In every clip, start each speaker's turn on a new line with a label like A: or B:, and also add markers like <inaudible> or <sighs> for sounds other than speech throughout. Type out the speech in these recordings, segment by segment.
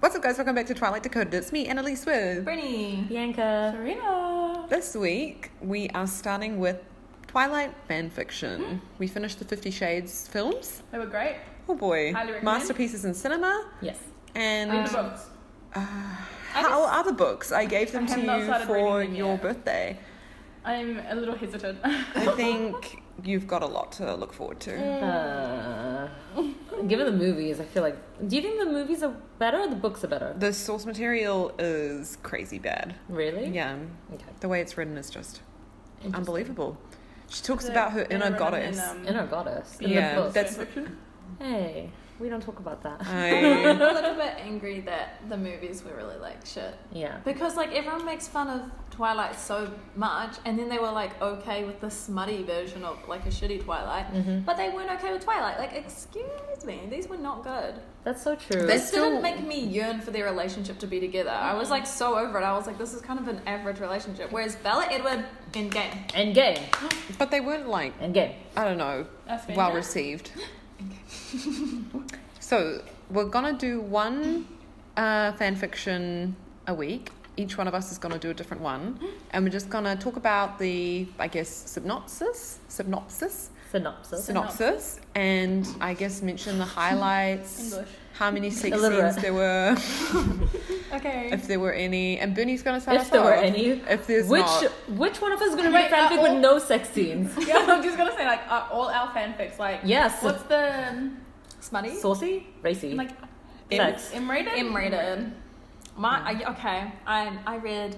A: What's up, guys? Welcome back to Twilight Dakota. It's me, Annalise with.
B: Brittany.
C: Bianca.
B: Serena.
A: This week, we are starting with Twilight fan fiction.
B: Hmm.
A: We finished the Fifty Shades films.
B: They were great.
A: Oh boy.
B: Highly recommend.
A: Masterpieces in cinema.
C: Yes.
A: And
D: Um,
B: Read the books. I
A: how
B: just-
A: are the books? I gave them
B: I
A: to
B: have not
A: you
B: started
A: for
B: reading them
A: your
B: yet.
A: birthday.
B: I'm a little hesitant.
A: I think you've got a lot to look forward to.
B: Mm.
C: Uh, given the movies, I feel like. Do you think the movies are better or the books are better?
A: The source material is crazy bad.
C: Really?
A: Yeah.
C: Okay.
A: The way it's written is just
C: Interesting.
A: unbelievable. She <laughs> talks
B: The
A: about her inner
B: women
A: goddess.
B: in, um,
C: Inner goddess. In
A: Yeah,
C: The book.
B: <laughs>
A: that's-
B: fanfiction.
C: Hey, we don't talk about that.
A: I,
D: <laughs>
B: <laughs>
D: I'm a little bit angry that the movies were really like shit.
C: Yeah.
D: Because like everyone makes fun of Twilight so much, and then they were like okay with the smutty version of like a shitty Twilight,
C: Mm-hmm.
B: Mm-hmm.
D: but they weren't okay with Twilight. Like, excuse me, these were not good.
C: That's so true.
A: They're
D: This didn't
A: still-
D: make me yearn for their relationship to be together. I
B: Mm-hmm.
D: was like so over it. I was like, this is kind of an average relationship. Whereas Bella Edward in game,
C: End game.
A: but they weren't like
C: End game.
A: I don't know,
B: That's fair
A: well
B: enough.
C: <laughs>
A: received. so we're gonna do one uh, fan fiction a week. Each one of us is gonna do a different one,
C: Mm-hmm.
A: and we're just gonna talk about the, I guess, synopsis, synopsis,
C: Synopsis.
A: synopsis, and I guess mention the highlights,
B: English.
A: how many sex
C: Illiterate.
A: scenes there
C: <laughs>
A: were,
B: Okay.
A: if there were any, and Bernie's gonna start us
C: If there were
A: off.
C: any.
A: If there's
C: Which <laughs>
A: not,
C: which one of us is gonna write
B: Wait, are
C: fanfic
B: all-
C: with no sex scenes?
B: <laughs>
C: <laughs>
B: yeah, I'm just gonna say like are all our fanfics like
C: Yes.
B: What's the um,
D: smutty,
C: Saucy? Racy? <laughs>
B: like
C: Sex.
B: M rated?
D: M rated. My I, okay, I I read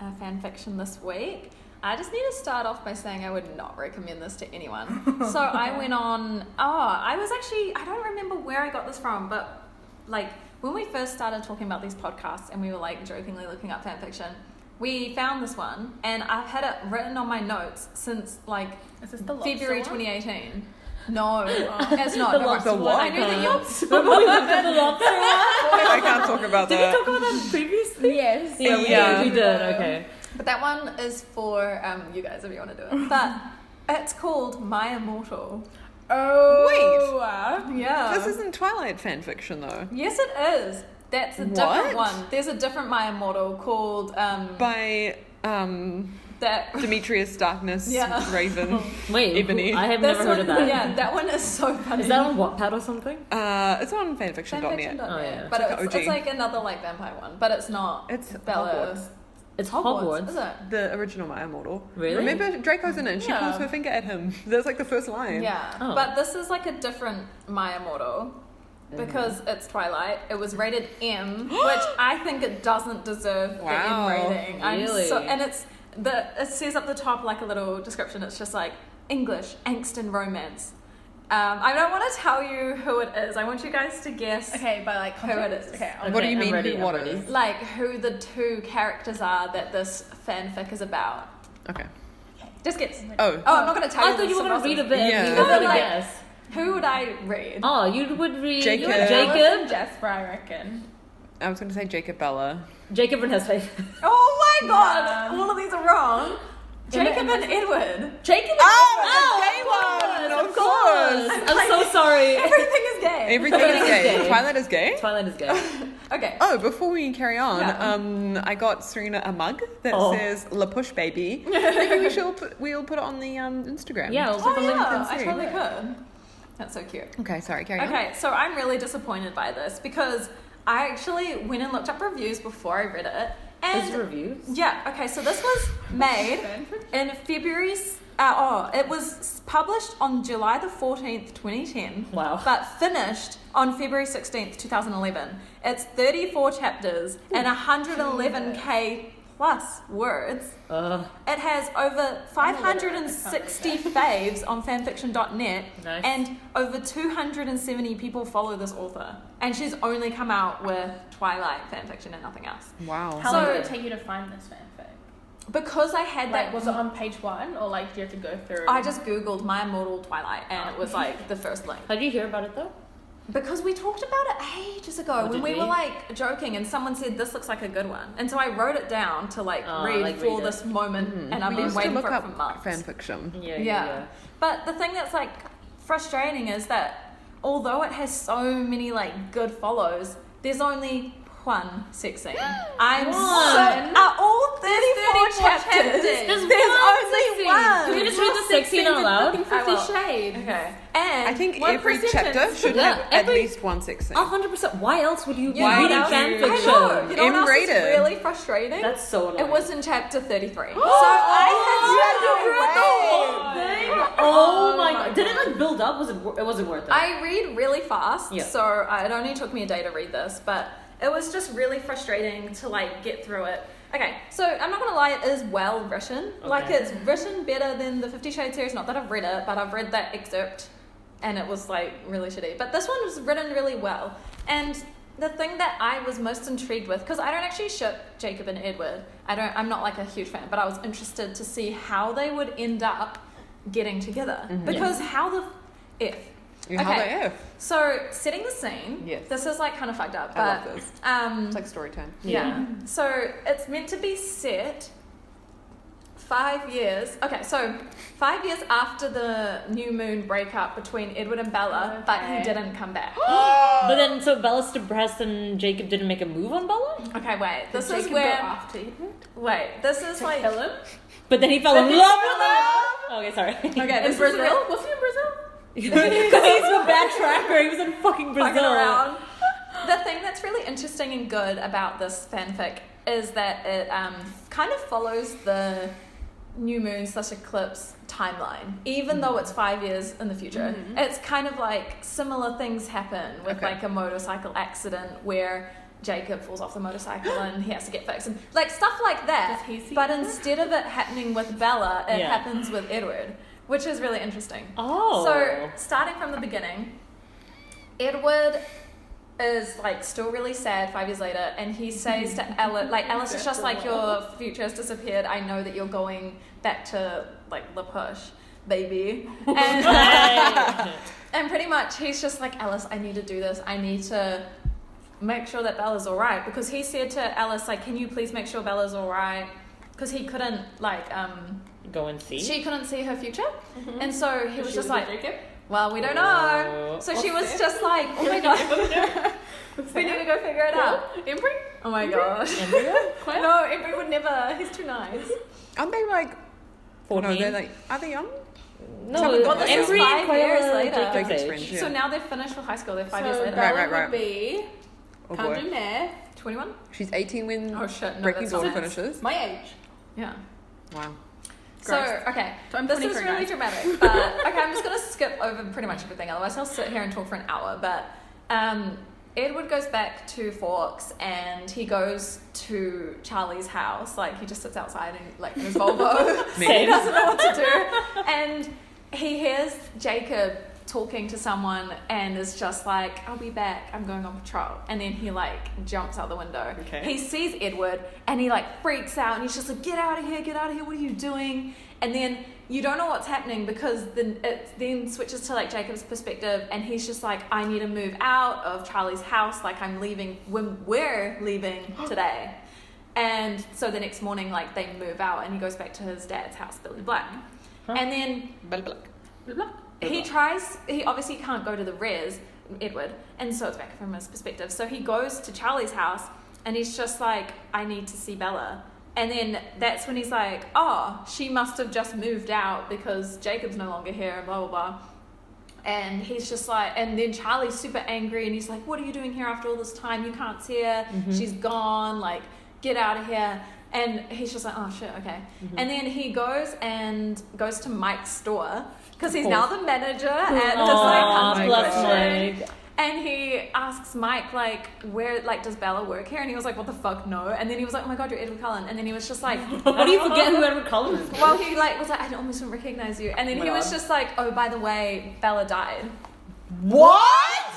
D: uh, fan fiction this week. I just need to start off by saying I would not recommend this to anyone. so I went on. Oh, I was actually I don't remember where I got this from, but like when we first started talking about these podcasts and we were like jokingly looking up fan fiction, we found this one and I've had it written on my notes since like
B: Is this the lobster
D: February
B: one?
D: 2018. No, it's not. don't
C: The
D: worry.
C: lobster
D: I
C: one.
D: knew that you
C: Remember we looked at the lobster <laughs> one?
A: I can't talk about
C: Did we
A: that.
C: talk about that previously?
B: Yes.
C: Yeah, we
A: Yeah.
C: did. We did. Okay.
D: But that one is for um, you guys if you want to do <laughs> it. But it's called My Immortal.
B: Oh. Wait.
D: Yeah.
C: um,
A: This isn't Twilight fan fiction though.
D: yes, it is. That's a
A: What?
D: different one. There's a different My Immortal called um,
A: By um,
D: that.
A: Demetrius Darkness
D: Yeah. <laughs>
A: Raven.
C: Wait,
A: Ebony.
C: who- I have
D: this
C: never heard
D: one,
C: of that. Is
D: Yeah, that one is so funny.
C: that on Wattpad or something?
A: Uh, it's on fanfiction.net.
D: fanfiction.net.
C: Oh, yeah.
D: But
A: It's like
D: it's,
A: an
D: it's,
A: OG.
D: like another like vampire one, but it's not.
A: It's
D: Bella's.
C: It's Hogwarts.
D: Is it?
A: The original My Immortal.
C: Really?
A: Remember Draco's in it and she
B: Yeah.
A: pulls her finger at him. That's like the first line.
D: Yeah,
C: Oh.
D: but this is like a different My Immortal because it's Twilight. It was rated M, which I think it doesn't deserve
A: Wow.
D: the M rating. I'm
C: Really?
D: so, and it's the it says up the top like a little description. It's just like English angst and romance. Um, I don't want to tell you who it is. I want you guys to guess.
B: Okay, by like
D: Who it
B: context.
D: is?
B: Okay. I'll-
A: What do
C: Okay,
A: you
C: I'm
A: mean
C: ready,
A: who
C: I'm
A: what
C: ready.
A: is?
D: Like who the two characters are that this fanfic is about.
A: Okay.
D: Just guess.
A: Oh.
D: Oh, I'm not going to tell you.
C: I thought
D: this,
C: you were gonna read a
D: Ross.
C: bit.
A: Yeah.
C: Yeah. You
A: No,
C: were gonna
D: like-
C: guess.
D: Who would I read?
C: Oh, you would read
A: Jacob.
C: you would-
B: Alice
C: Jacob.
B: and Jasper, I reckon.
A: I was going to say Jacob Bella.
C: Jacob and his face.
D: Oh my god!
B: Nah.
D: All of these are wrong.
C: Yeah,
D: Jacob <gasps> and Edward.
C: <laughs> Jacob. And
A: Oh, the gay one, of course.
C: I'm <laughs> so sorry.
D: Everything is gay.
A: Everything is
C: Twilight is
A: gay.
C: gay.
A: Twilight is gay?
C: Twilight is gay.
D: <laughs> Okay.
A: Oh, before we carry on,
D: Yeah.
A: um, I got Serena a mug that
C: Oh.
A: says La Push
D: <laughs>
A: Baby. Maybe we shall put, we'll put it on the um, Instagram.
C: Yeah, we'll put the
D: Oh,
C: link.
D: yeah,
A: and
D: I
A: see.
D: totally could. That's so cute.
A: Okay, sorry, carry on.
D: Okay, so I'm really disappointed by this because I actually went and looked up reviews before I read it.
C: Is
D: And
C: reviews.
D: yeah, okay, so this was made in February. s- Uh, oh, it was published on July the 14th, 2010.
C: Wow.
D: but finished on February 16th, 2011. It's 34 chapters and 111k plus words.
C: Uh,
D: It has over
C: <laughs>
D: 560 faves on fanfiction.net
C: Nice.
D: and over 270 people follow this author. And she's only come out with Twilight fanfiction and nothing else.
A: Wow.
B: How
D: So-
B: long did it take you to find this fanfic?
D: Because I had
B: Like,
D: that
B: was it on page one or like do you have to go through?
D: I just googled my immortal Twilight and it was like the first link.
C: how did you hear about it though?
D: Because we talked about it ages ago
C: Oh,
D: when
C: did
D: we
C: we?
D: were like joking, and someone said this looks like a good one, and so I wrote it down to like
C: Oh,
D: read
C: like,
D: for
C: read it.
D: this moment, and I've
A: Mm-hmm. Hmm. we
D: been
A: used to
D: waiting
A: look
D: for it for
A: up
D: months.
A: fan fiction.
C: Yeah,
D: yeah. but the thing that's like frustrating is that although it has so many like good follows, there's only Quan sex scene. I'm
B: One.
D: so are all 34
B: There's 34
D: chapters.
B: chapters.
D: There's
C: There's one
D: only
C: sex scene.
D: one.
C: Can you just read the sex scene out
D: I
C: loud?
D: will.
B: Fifty Shades.
D: Okay. And
A: I think
D: one
A: every
D: per sentence.
A: chapter should Oh,
C: Yeah,
A: have at
C: every-
A: least one sex scene.
C: A hundred percent. Why else would you be
A: Why
C: reading
A: would
C: fan
A: you?
D: I know.
C: fiction?
D: You know what else is
A: M-rated.
D: really frustrating?
C: That's so annoying.
D: it was in chapter 33. so oh, I had to read the whole thing.
C: Oh,
B: Oh
C: my
B: my
C: god! Did it like build up? Was it? wor- It wasn't worth it.
D: I read really fast,
C: Yeah.
D: so uh, it only took me a day to read this, but it was just really frustrating to like get through it. Okay, so I'm not gonna lie, it is well written. Like
C: Okay.
D: it's written better than the Fifty Shades series. Not that I've read it, but I've read that excerpt, and it was like really shitty. But this one was written really well, and the thing that I was most intrigued with, because I don't actually ship Jacob and Edward. I don't. I'm not like a huge fan, but I was interested to see how they would end up getting together
C: Mm-hmm.
D: because how the if
A: Yeah, How
D: okay.
A: the F?
D: so setting the scene.
A: Yes.
D: This is like kind of fucked up, but
A: I love this.
D: um,
A: It's like story time.
D: yeah. So it's meant to be set five years. Okay, so five years after the new moon breakup between Edward and Bella, but he
B: Okay.
D: didn't come back.
B: <gasps>
C: But then, so Bella's depressed, and Jacob didn't make a move on Bella.
D: okay, wait. This
B: Jacob
D: is
B: go
D: where.
B: after you.
D: Wait. This is like.
B: Kill him.
C: But then he fell in love with her. Okay, sorry.
D: <laughs> Okay,
B: In
D: this is
B: Brazil?
D: real.
B: Was he in Brazil?
C: Because he's a bad tracker. He was in fucking Brazil.
D: fucking around. <laughs> The thing that's really interesting and good about this fanfic is that it um, kind of follows the new moon slash eclipse timeline, even though it's five years in the future. It's kind of like similar things happen with
A: Okay.
D: like a motorcycle accident where. Jacob falls off the motorcycle and he has to get fixed, and like stuff like that.
B: Does he see
D: But
B: her?
D: instead of it happening with Bella, it
C: Yeah.
D: happens with Edward, which is really interesting.
C: Oh.
D: So, starting from the beginning, Edward is like still really sad five years later, and he says to Alice, like, Alice is just like, your future has disappeared. I know that you're going back to like La Push, baby. And,
C: <laughs> Hey.
D: <laughs> and pretty much he's just like, Alice, I need to do this. I need to make sure that Bella's all right. Because he said to Alice, like, can you please make sure Bella's all right? Because he couldn't, like, um,
C: Go and see.
D: she couldn't see her future. And so he was
B: She
D: just
B: with
D: like,
B: Jacob.
D: well, we don't
C: Oh.
D: know. So she was just like, oh
B: <laughs>
D: my god, <laughs> we need to go figure it out.
B: Embry?
D: Oh my god.
C: Embryo?
B: Quite
D: No, Embry would never. He's too nice.
A: Aren't they like? No,
C: 14?
A: they're like. Are they young?
C: No,
A: Some of them
D: are like
C: Embry and
D: five years
C: Quayla
D: later.
C: Jacob's
A: Jacob's
C: age.
A: friends. Yeah.
D: So now they're finished with high school. They're five years
B: So
D: later.
A: Right,
B: Bella
A: right, right.
B: would be,
A: Oh
B: can't do
A: boy.
B: math,
D: 21?
A: She's 18 when
B: Mm.
D: Oh shit, no,
A: Breaking
D: that's not
A: Dawn
D: it.
A: finishes.
B: my age.
D: Yeah.
A: Wow.
D: So, okay.
B: So I'm
D: this is
B: 23
D: really
B: guys.
D: dramatic. But, <laughs> okay, I'm just going to skip over pretty much everything. Otherwise, I'll sit here and talk for an hour. But um, Edward goes back to Forks and he goes to Charlie's house. Like, he just sits outside and, like, in
B: <laughs>
D: his Volvo. <laughs> he
C: Same.
D: doesn't know what to do. And he hears Jacob talking to someone and is just like, I'll be back, I'm going on patrol. And then he like jumps out the window.
C: Okay.
D: He sees Edward and he like freaks out and he's just like, Get out of here, get out of here, what are you doing? And then you don't know what's happening because then it then switches to like Jacob's perspective and he's just like, I need to move out of Charlie's house, like I'm leaving when we're
C: <gasps>
D: leaving today. And so the next morning, like they move out, and he goes back to his dad's house, Billy Black.
C: Huh.
D: And then
A: Blah, blah, blah.
B: Blah, blah.
D: he tries. He obviously can't go to the res, Edward, and so it's back from his perspective. So he goes to Charlie's house, and he's just like, "I need to see Bella." And then that's when he's like, "Oh, she must have just moved out because Jacob's no longer here." And blah blah blah. And he's just like, and then Charlie's super angry, and he's like, "What are you doing here after all this time? You can't see her.
C: Mm-hmm.
D: She's gone. Like, get out of here." And he's just like, "Oh shit, okay."
C: Mm-hmm.
D: And then he goes and goes to Mike's store because he's
C: Of
D: now
C: course.
D: the manager at this
C: Aw,
D: like country
C: bless
D: restaurant.
C: Mike.
D: And he asks Mike like, "Where like does Bella work here?" And he was like, "What the fuck, no." And then he was like, "Oh my god, you're Edward Cullen." And then he was just like,
C: How do you forget who Edward Cullen is?
D: well, he like was like, I almost didn't recognize you, and then
C: Oh my
D: he was
C: God.
D: just like, oh, by the way, Bella died.
C: Wait, what?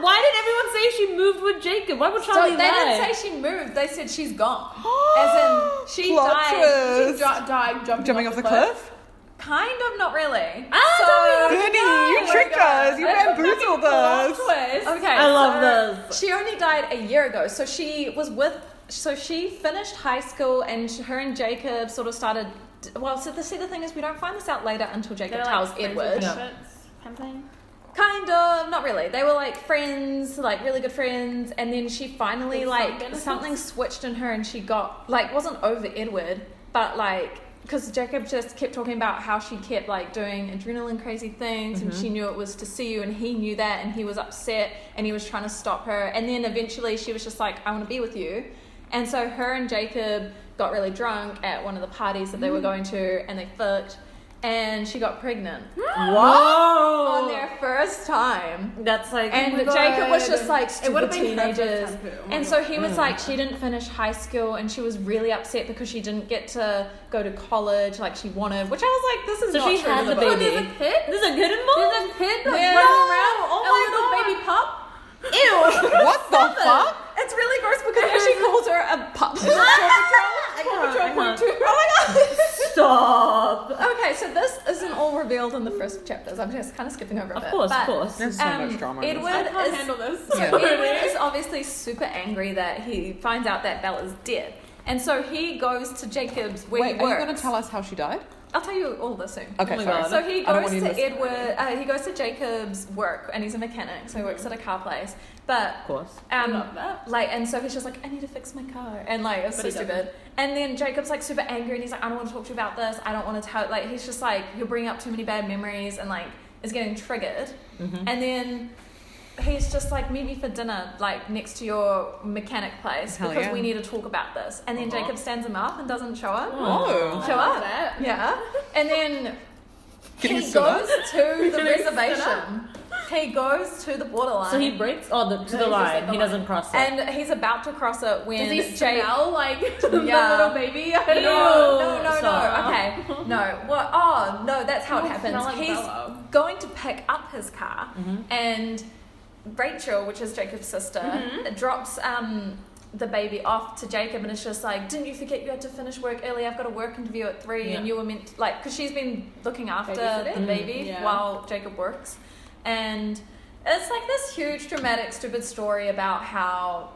C: Why did everyone say she moved with Jacob? Why would
D: Uh, So
C: Charlie
D: they
C: lie?
D: didn't say she moved; they said
A: <gasps>
D: she's gone. As in, she
A: Plot
D: died.
B: She
A: twist.
B: di- died jumping,
A: Jumping off the cliff?
D: Kind of, not really.
C: Ah,
D: so,
A: Goody, you tricked us. You bamboozled us.
D: okay,
C: I love
D: so
C: this.
D: She only died a year ago, so she was with. So she finished high school, and she, her and Jacob sort of started. Well, so the see, the thing is, we don't find this out later until Jacob
B: They're
D: tells
B: like friends
D: Edward.
B: with benefits, something.
D: Kind of, not really. They were like friends, like really good friends, and then she finally
B: With some
D: like
B: benefits?
D: something switched in her, and she got like wasn't over Edward, but like because Jacob just kept talking about how she kept like doing adrenaline crazy things, and
B: Mm-hmm.
D: she knew it was to see you, and he knew that, and he was upset, and he was trying to stop her, and then eventually she was just like, I want to be with you, and so her and Jacob got really drunk at one of the parties that they
B: Mm.
D: were going to, and they fucked, and she got
B: <gasps>
D: pregnant on
C: Whoa!
D: their first time.
C: That's like
D: And
C: oh my
D: Jacob was
C: God.
D: just like
B: It would
D: stupid
B: have been her first
D: teenagers.
B: time too. Oh my
D: And so he was like, she didn't finish high school and she was really upset because she didn't get to go to college like she wanted, which I was like, this is
C: So
D: not
C: she
D: true
C: had
D: in the
C: the
D: book.
C: baby.
D: Oh, there's a kid?
C: There's a good involved.
D: There's a kid like,
C: Yeah.
D: running around.
C: Oh
D: a
C: my
D: little
C: God.
D: baby pup. <laughs>
A: Ew! what the fuck?
D: It's really gross because <laughs> now she calls her a <laughs> pup. Paw Patrol
C: I
D: point
C: can't.
D: two. <laughs> Oh my god.
C: Stop.
D: Okay, so this isn't all revealed in the first chapters. I'm just kind of skipping over a
C: Of
D: bit.
C: course,
D: but, um,
C: of course.
A: There's so much drama. in this.
D: Edward
B: I can't
D: is-
B: handle this.
D: So
A: Yeah.
D: <laughs> Edward is obviously super angry that he finds out that Bella's dead. And so he goes to Jacob's where
A: Wait,
D: he
A: are
D: works.
A: you going to tell us how she died?
D: I'll tell you all this soon.
A: Okay,
C: my
A: sorry.
C: God.
D: So he
A: I don't
D: goes
A: want you
D: to
A: to miss-
D: Edward. Uh, he goes to Jacob's work, and he's a mechanic, so he works at a car place. But
C: Of course.
D: um,
B: love that.
D: like, and so he's just like, I need to fix my car, and like, it's so
B: But he
D: stupid. And then Jacob's like super angry, and he's like, I don't want to talk to you about this. I don't want to tell. Like, he's just like, you're bringing up too many bad memories, and like, is getting triggered. And then he's just like, meet me for dinner, like next to your mechanic place,
A: Hell
D: because
A: yeah.
D: we need to talk about this. And then
C: Uh-huh.
D: Jacob stands him up and doesn't show up.
A: Oh.
D: Show
B: love
D: up.
B: that.
D: Yeah. And then
A: Can you
D: he
A: stood up?
D: goes to the
B: Can you stood
D: reservation. He goes to the borderline.
C: So he breaks oh, the, to the
B: No, he's just at
C: line.
B: the
C: he
B: line.
C: doesn't cross it.
D: and he's about to cross it when
B: Does he
D: Jake.
B: smell like the
D: Yeah.
B: little baby? I
D: <laughs>
B: don't
D: No,
B: know.
D: no, no,
C: Stop.
D: no. Okay, no. Well, oh no, that's how it
B: Doesn't smell
D: happens.
B: like
D: He's
B: Bella.
D: going to pick up his car,
C: Mm-hmm.
D: and Rachel, which is Jacob's sister,
B: Mm-hmm.
D: drops um, the baby off to Jacob, and it's just like, didn't you forget you had to finish work early? I've got a work interview at three, and
C: Yeah.
D: you were meant like because she's been looking after
B: Babysitting?
D: the baby
B: Mhm. Yeah.
D: while Jacob works, and it's like this huge dramatic stupid story about how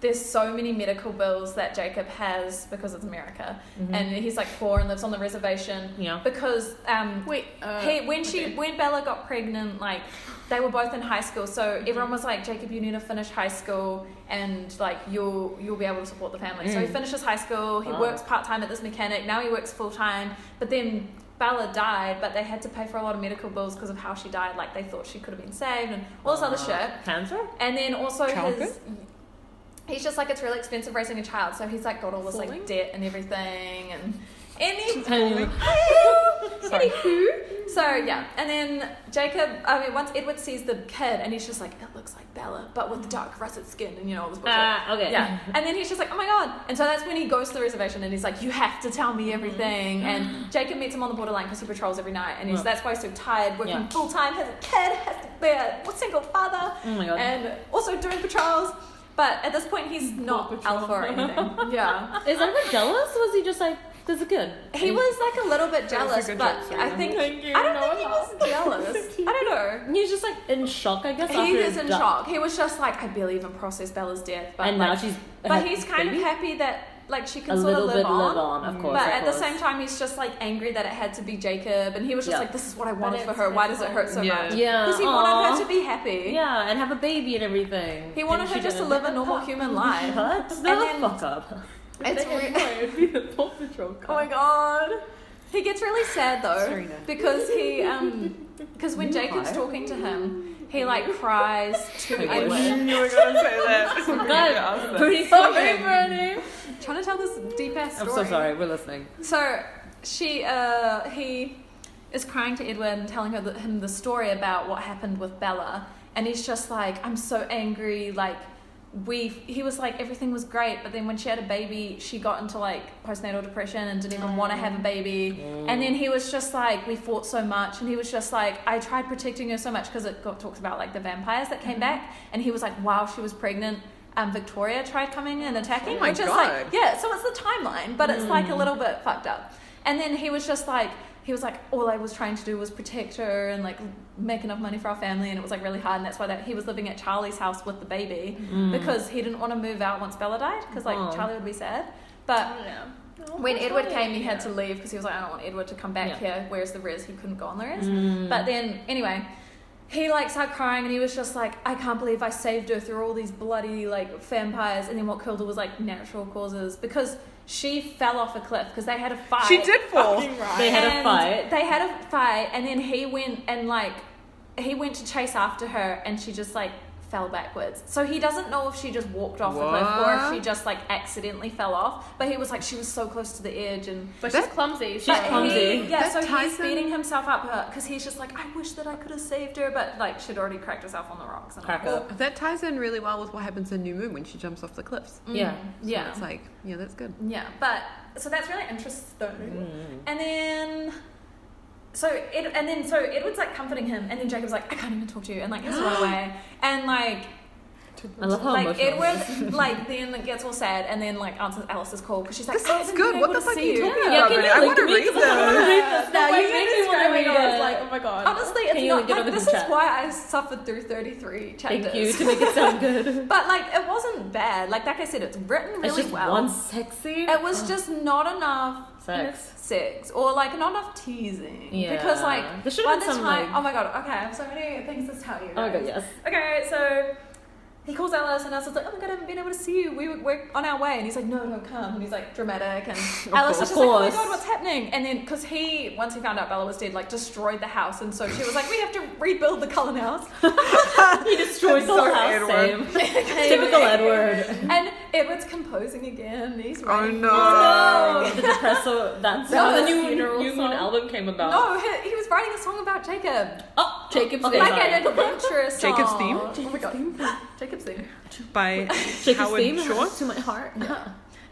D: there's so many medical bills that Jacob has because it's America,
B: Mm-hmm.
D: and he's like poor and lives on the reservation.
C: Yeah.
D: Because um,
B: Wait, uh,
D: he when she
B: okay.
D: when Bella got pregnant, like they were both in high school, so
B: Mm-hmm.
D: everyone was like, Jacob, you need to finish high school, and like you'll you'll be able to support the family.
B: Mm.
D: So he finishes high school. He
C: Wow.
D: works part time at this mechanic. Now he works full time, but then. Bella died, but they had to pay for a lot of medical bills because of how she died. Like they thought she could have been saved and all this other
B: Oh.
D: shit.
C: Cancer?
D: And then also
A: Childhood?
D: his. He's just like it's really expensive raising a child, so he's like got all this
B: Falling?
D: like debt and everything and any <laughs>
C: Falling.
A: Sorry.
D: Anywho. So yeah, and then Jacob. I mean, once Edward sees the kid, and he's just like, it looks like Bella, but with the dark russet skin, and you know all this bullshit.
C: Ah, okay.
D: Yeah, and then he's just like, oh my god. And so that's when he goes to the reservation and he's like, you have to tell me everything. And Jacob meets him on the borderline because he patrols every night, and he's,
C: Yeah.
D: that's why he's so tired, working
C: Yeah.
D: full time, has a kid, has to be a single father
C: Oh my god.
D: and also doing patrols. But at this point, he's not
B: patrol.
D: alpha or anything. yeah,
C: Is Edward jealous? Or was he just like, there's a kid?
D: he was like a little bit
A: That was a
D: jealous,
A: good
D: but
A: joke, Serena.
D: I think
B: Thank you.
D: I don't
B: No
D: think he
B: one
D: was jealous. I don't know.
C: He was just like in shock, I guess.
D: He
C: after
D: is
C: his
D: in
C: death.
D: shock. He was just like, I barely even processed Bella's death. But
C: And
D: like,
C: now she's.
D: but
C: her
D: he's kind
C: baby?
D: of happy that like she can
C: a
D: sort
C: little
D: of
C: bit
D: live on.
C: live on, of course.
D: But
C: of
D: at the
C: course.
D: same time, he's just like angry that it had to be Jacob, and he was just
C: Yeah.
D: like, "This is what I wanted for
B: it's
D: her. Why does it
B: difficult.
D: hurt so
A: Yeah.
D: much?"
C: Yeah,
D: because he
C: aw.
D: wanted her to be happy.
C: Yeah, and have a baby and everything.
D: He wanted
C: And
D: her
C: she
D: just to
C: didn't.
D: live a
C: <laughs>
D: normal human life.
C: What? No,
D: then-
C: fuck up.
D: <laughs> It's
B: They
D: re-
B: had- it'd be the Paw
D: <laughs>
B: Patrol
D: Oh
B: car.
D: my god. He gets really sad though
A: Serena.
D: because he um because when Jacob's talking to him, he like cries to
C: Wait,
D: Edward.
C: what?
A: knew you were going to say that. I was gonna ask that.
C: <laughs> Pretty
D: Sorry,
C: fucking-
D: Bernie. Trying to tell this deep ass
C: I'm
D: story.
C: so sorry. We're listening.
D: So she uh he is crying to Edward and telling her the, him the story about what happened with Bella, and he's just like, I'm so angry, like. We he was like everything was great, but then when she had a baby, she got into like postnatal depression and didn't even want to have a baby. And then he was just like, we fought so much, and he was just like, I tried protecting her so much because it got, talks about like the vampires that came
A: Mm-hmm.
D: back, and he was like, while she was pregnant, um, Victoria tried coming and attacking,
A: Oh my
D: which is like,
A: God. Mm.
D: yeah. So it's the timeline, but it's like a little bit fucked up. And then he was just like, he was like, all I was trying to do was protect her and like make enough money for our family, and it was like really hard, and that's why that he was living at Charlie's house with the baby
A: Mm.
D: because he didn't want to move out once Bella died because like
A: Oh.
C: Aw.
D: Charlie would be sad, but.
B: Yeah.
D: When Edward came, he had to leave because he was like, I don't want Edward to come back
C: Yeah.
A: Mm.
D: here. Whereas the res, he couldn't go on the res. But then, anyway, he like started crying and he was just like, I can't believe I saved her through all these bloody like vampires. And then what killed her was like natural causes because she fell off a cliff because they had a fight.
A: <laughs> She did fall.
B: Fucking right.
C: They had a
D: And
C: fight.
D: They had a fight, and then he went and like he went to chase after her, and she just like fell backwards. So he doesn't know if she just walked off the cliff or if
A: What?
D: she just like accidentally fell off. But he was like, she was so close to the edge, and
B: But
A: That-
B: she's clumsy. She's
D: but
C: clumsy.
D: He, yeah,
A: That
D: so
A: Tyson-
D: he's beating himself up because he's just like, I wish that I could have saved her, but like she'd already cracked herself on the rocks. And
C: Crack
D: all.
C: up.
A: That ties in really well with what happens in New Moon when she jumps off the cliffs.
D: Mm,
C: Yeah.
D: yeah,
A: It's like, yeah, that's good.
D: yeah. But so that's really interesting.
C: Mm.
D: And then so Ed, and then so Edward's like comforting him, and then Jacob's like, I can't even talk to you, and like has to
C: <gasps>
D: run away, and like
C: I love how
D: like
C: emotional.
D: Edward like then gets all sad, and then like answers Alice's call because she's like,
A: This
D: "I
A: sounds
D: haven't
A: good.
D: been
A: What the
D: able to
A: fuck are
D: see
A: you talking
C: Yeah,
A: about?
C: can you
A: I
C: link
A: want to
C: me?
A: read
C: 'Cause I wanna
A: this.
C: read
D: <laughs>
C: this now.
B: No,
C: You made
B: you made
C: me
B: me
C: wanna read it.
B: Like, oh my god.
D: Honestly, it's
C: Can you
D: not
C: get
D: like
C: over
D: this
C: the
D: is
C: chat?
D: why I suffered through thirty three chapters.
C: Thank you to make it sound good.
D: <laughs> But like it wasn't bad. Like like I said, it's written really
C: it's just
D: well.
C: one sex scene.
D: It was just not enough
C: Sex.
D: sex or like not enough teasing.
C: Yeah.
D: Because like
C: There should've
D: by
C: been
D: the
C: some,
D: time,
C: like-
D: oh my god, okay, I have so many things to tell you.
C: Oh my god,
D: guys.
C: yes.
D: Okay, so he calls Alice and Alice is like, oh my god, I haven't been able to see you. We were, we're on our way, and he's like, no, don't come. And he's like dramatic, and Alice
C: course.
D: is just like, oh my
C: Of course.
D: god, what's happening? And then because he once he found out Bella was dead, like destroyed the house, and so she was like, we have to rebuild the Cullen house.
C: He
D: <laughs>
C: destroys the
A: Sorry,
C: whole house.
A: Edward.
C: Same. Typical Edward.
D: And Edward's composing again. He's
A: Oh
D: writing-
A: no.
C: Oh, the depresso. That's
D: No,
C: how the
D: the
C: new,
B: funeral
C: new Moon
B: song.
C: album came about.
D: No, he, he was writing a song about Jacob,
C: Oh, Jacob's okay,
D: like
C: sorry.
D: an adventurous song.
A: Jacob's theme?
D: Oh my god, <laughs> Jacob's theme.
A: By
C: Jacob's
A: Howard
C: theme
A: Shore.
C: to my heart.
D: <laughs>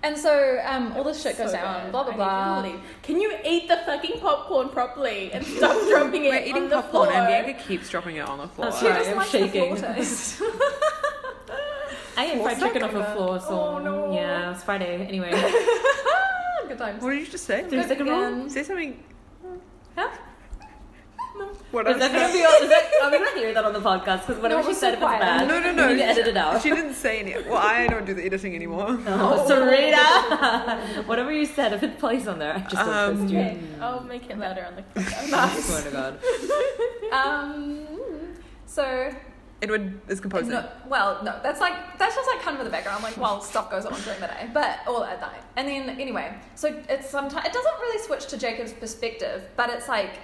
D: And so um, all this shit goes
B: So
D: down,
B: bad.
D: blah blah
B: I
D: blah.
B: need to leave. Can you eat the fucking popcorn properly and stop
D: <laughs>
B: dropping it
A: We're eating
B: on the
A: popcorn
B: floor?
A: and Bianca keeps dropping it on the floor.
C: That's
D: She
C: right.
D: just
C: I'm
D: likes
C: shaking.
D: the floor taste. <laughs>
B: <laughs>
C: I ate fried
A: What's
C: chicken off the
A: that?
C: floor, so
D: Oh, no.
C: yeah, it's Friday. Anyway,
D: Good times.
A: What did you just say?
C: Three
D: Good
C: second rule.
D: again.
A: Say something.
D: Huh?
A: What
C: Is
A: else?
C: that gonna be? Is that, I'm gonna hear that on the podcast because
D: No,
C: whatever she
D: she's
C: said,
D: so
C: if
D: quiet.
C: it's bad,
A: No, no, no.
C: You need to edit it out. <laughs>
A: She didn't say any. Well, I don't do the editing anymore.
C: Oh, Sarita, <laughs> whatever you said, if it plays on there, I just don't
A: Um,
C: trust you. <laughs>
B: Okay, I'll make it louder on the podcast.
C: I swear to God.
D: Um, so
A: Edward is composing.
D: No, well, no, that's like that's just like kind of in the background, like while stuff goes on during the day, but all at night. And then anyway, so it's sometimes it doesn't really switch to Jacob's perspective, but it's like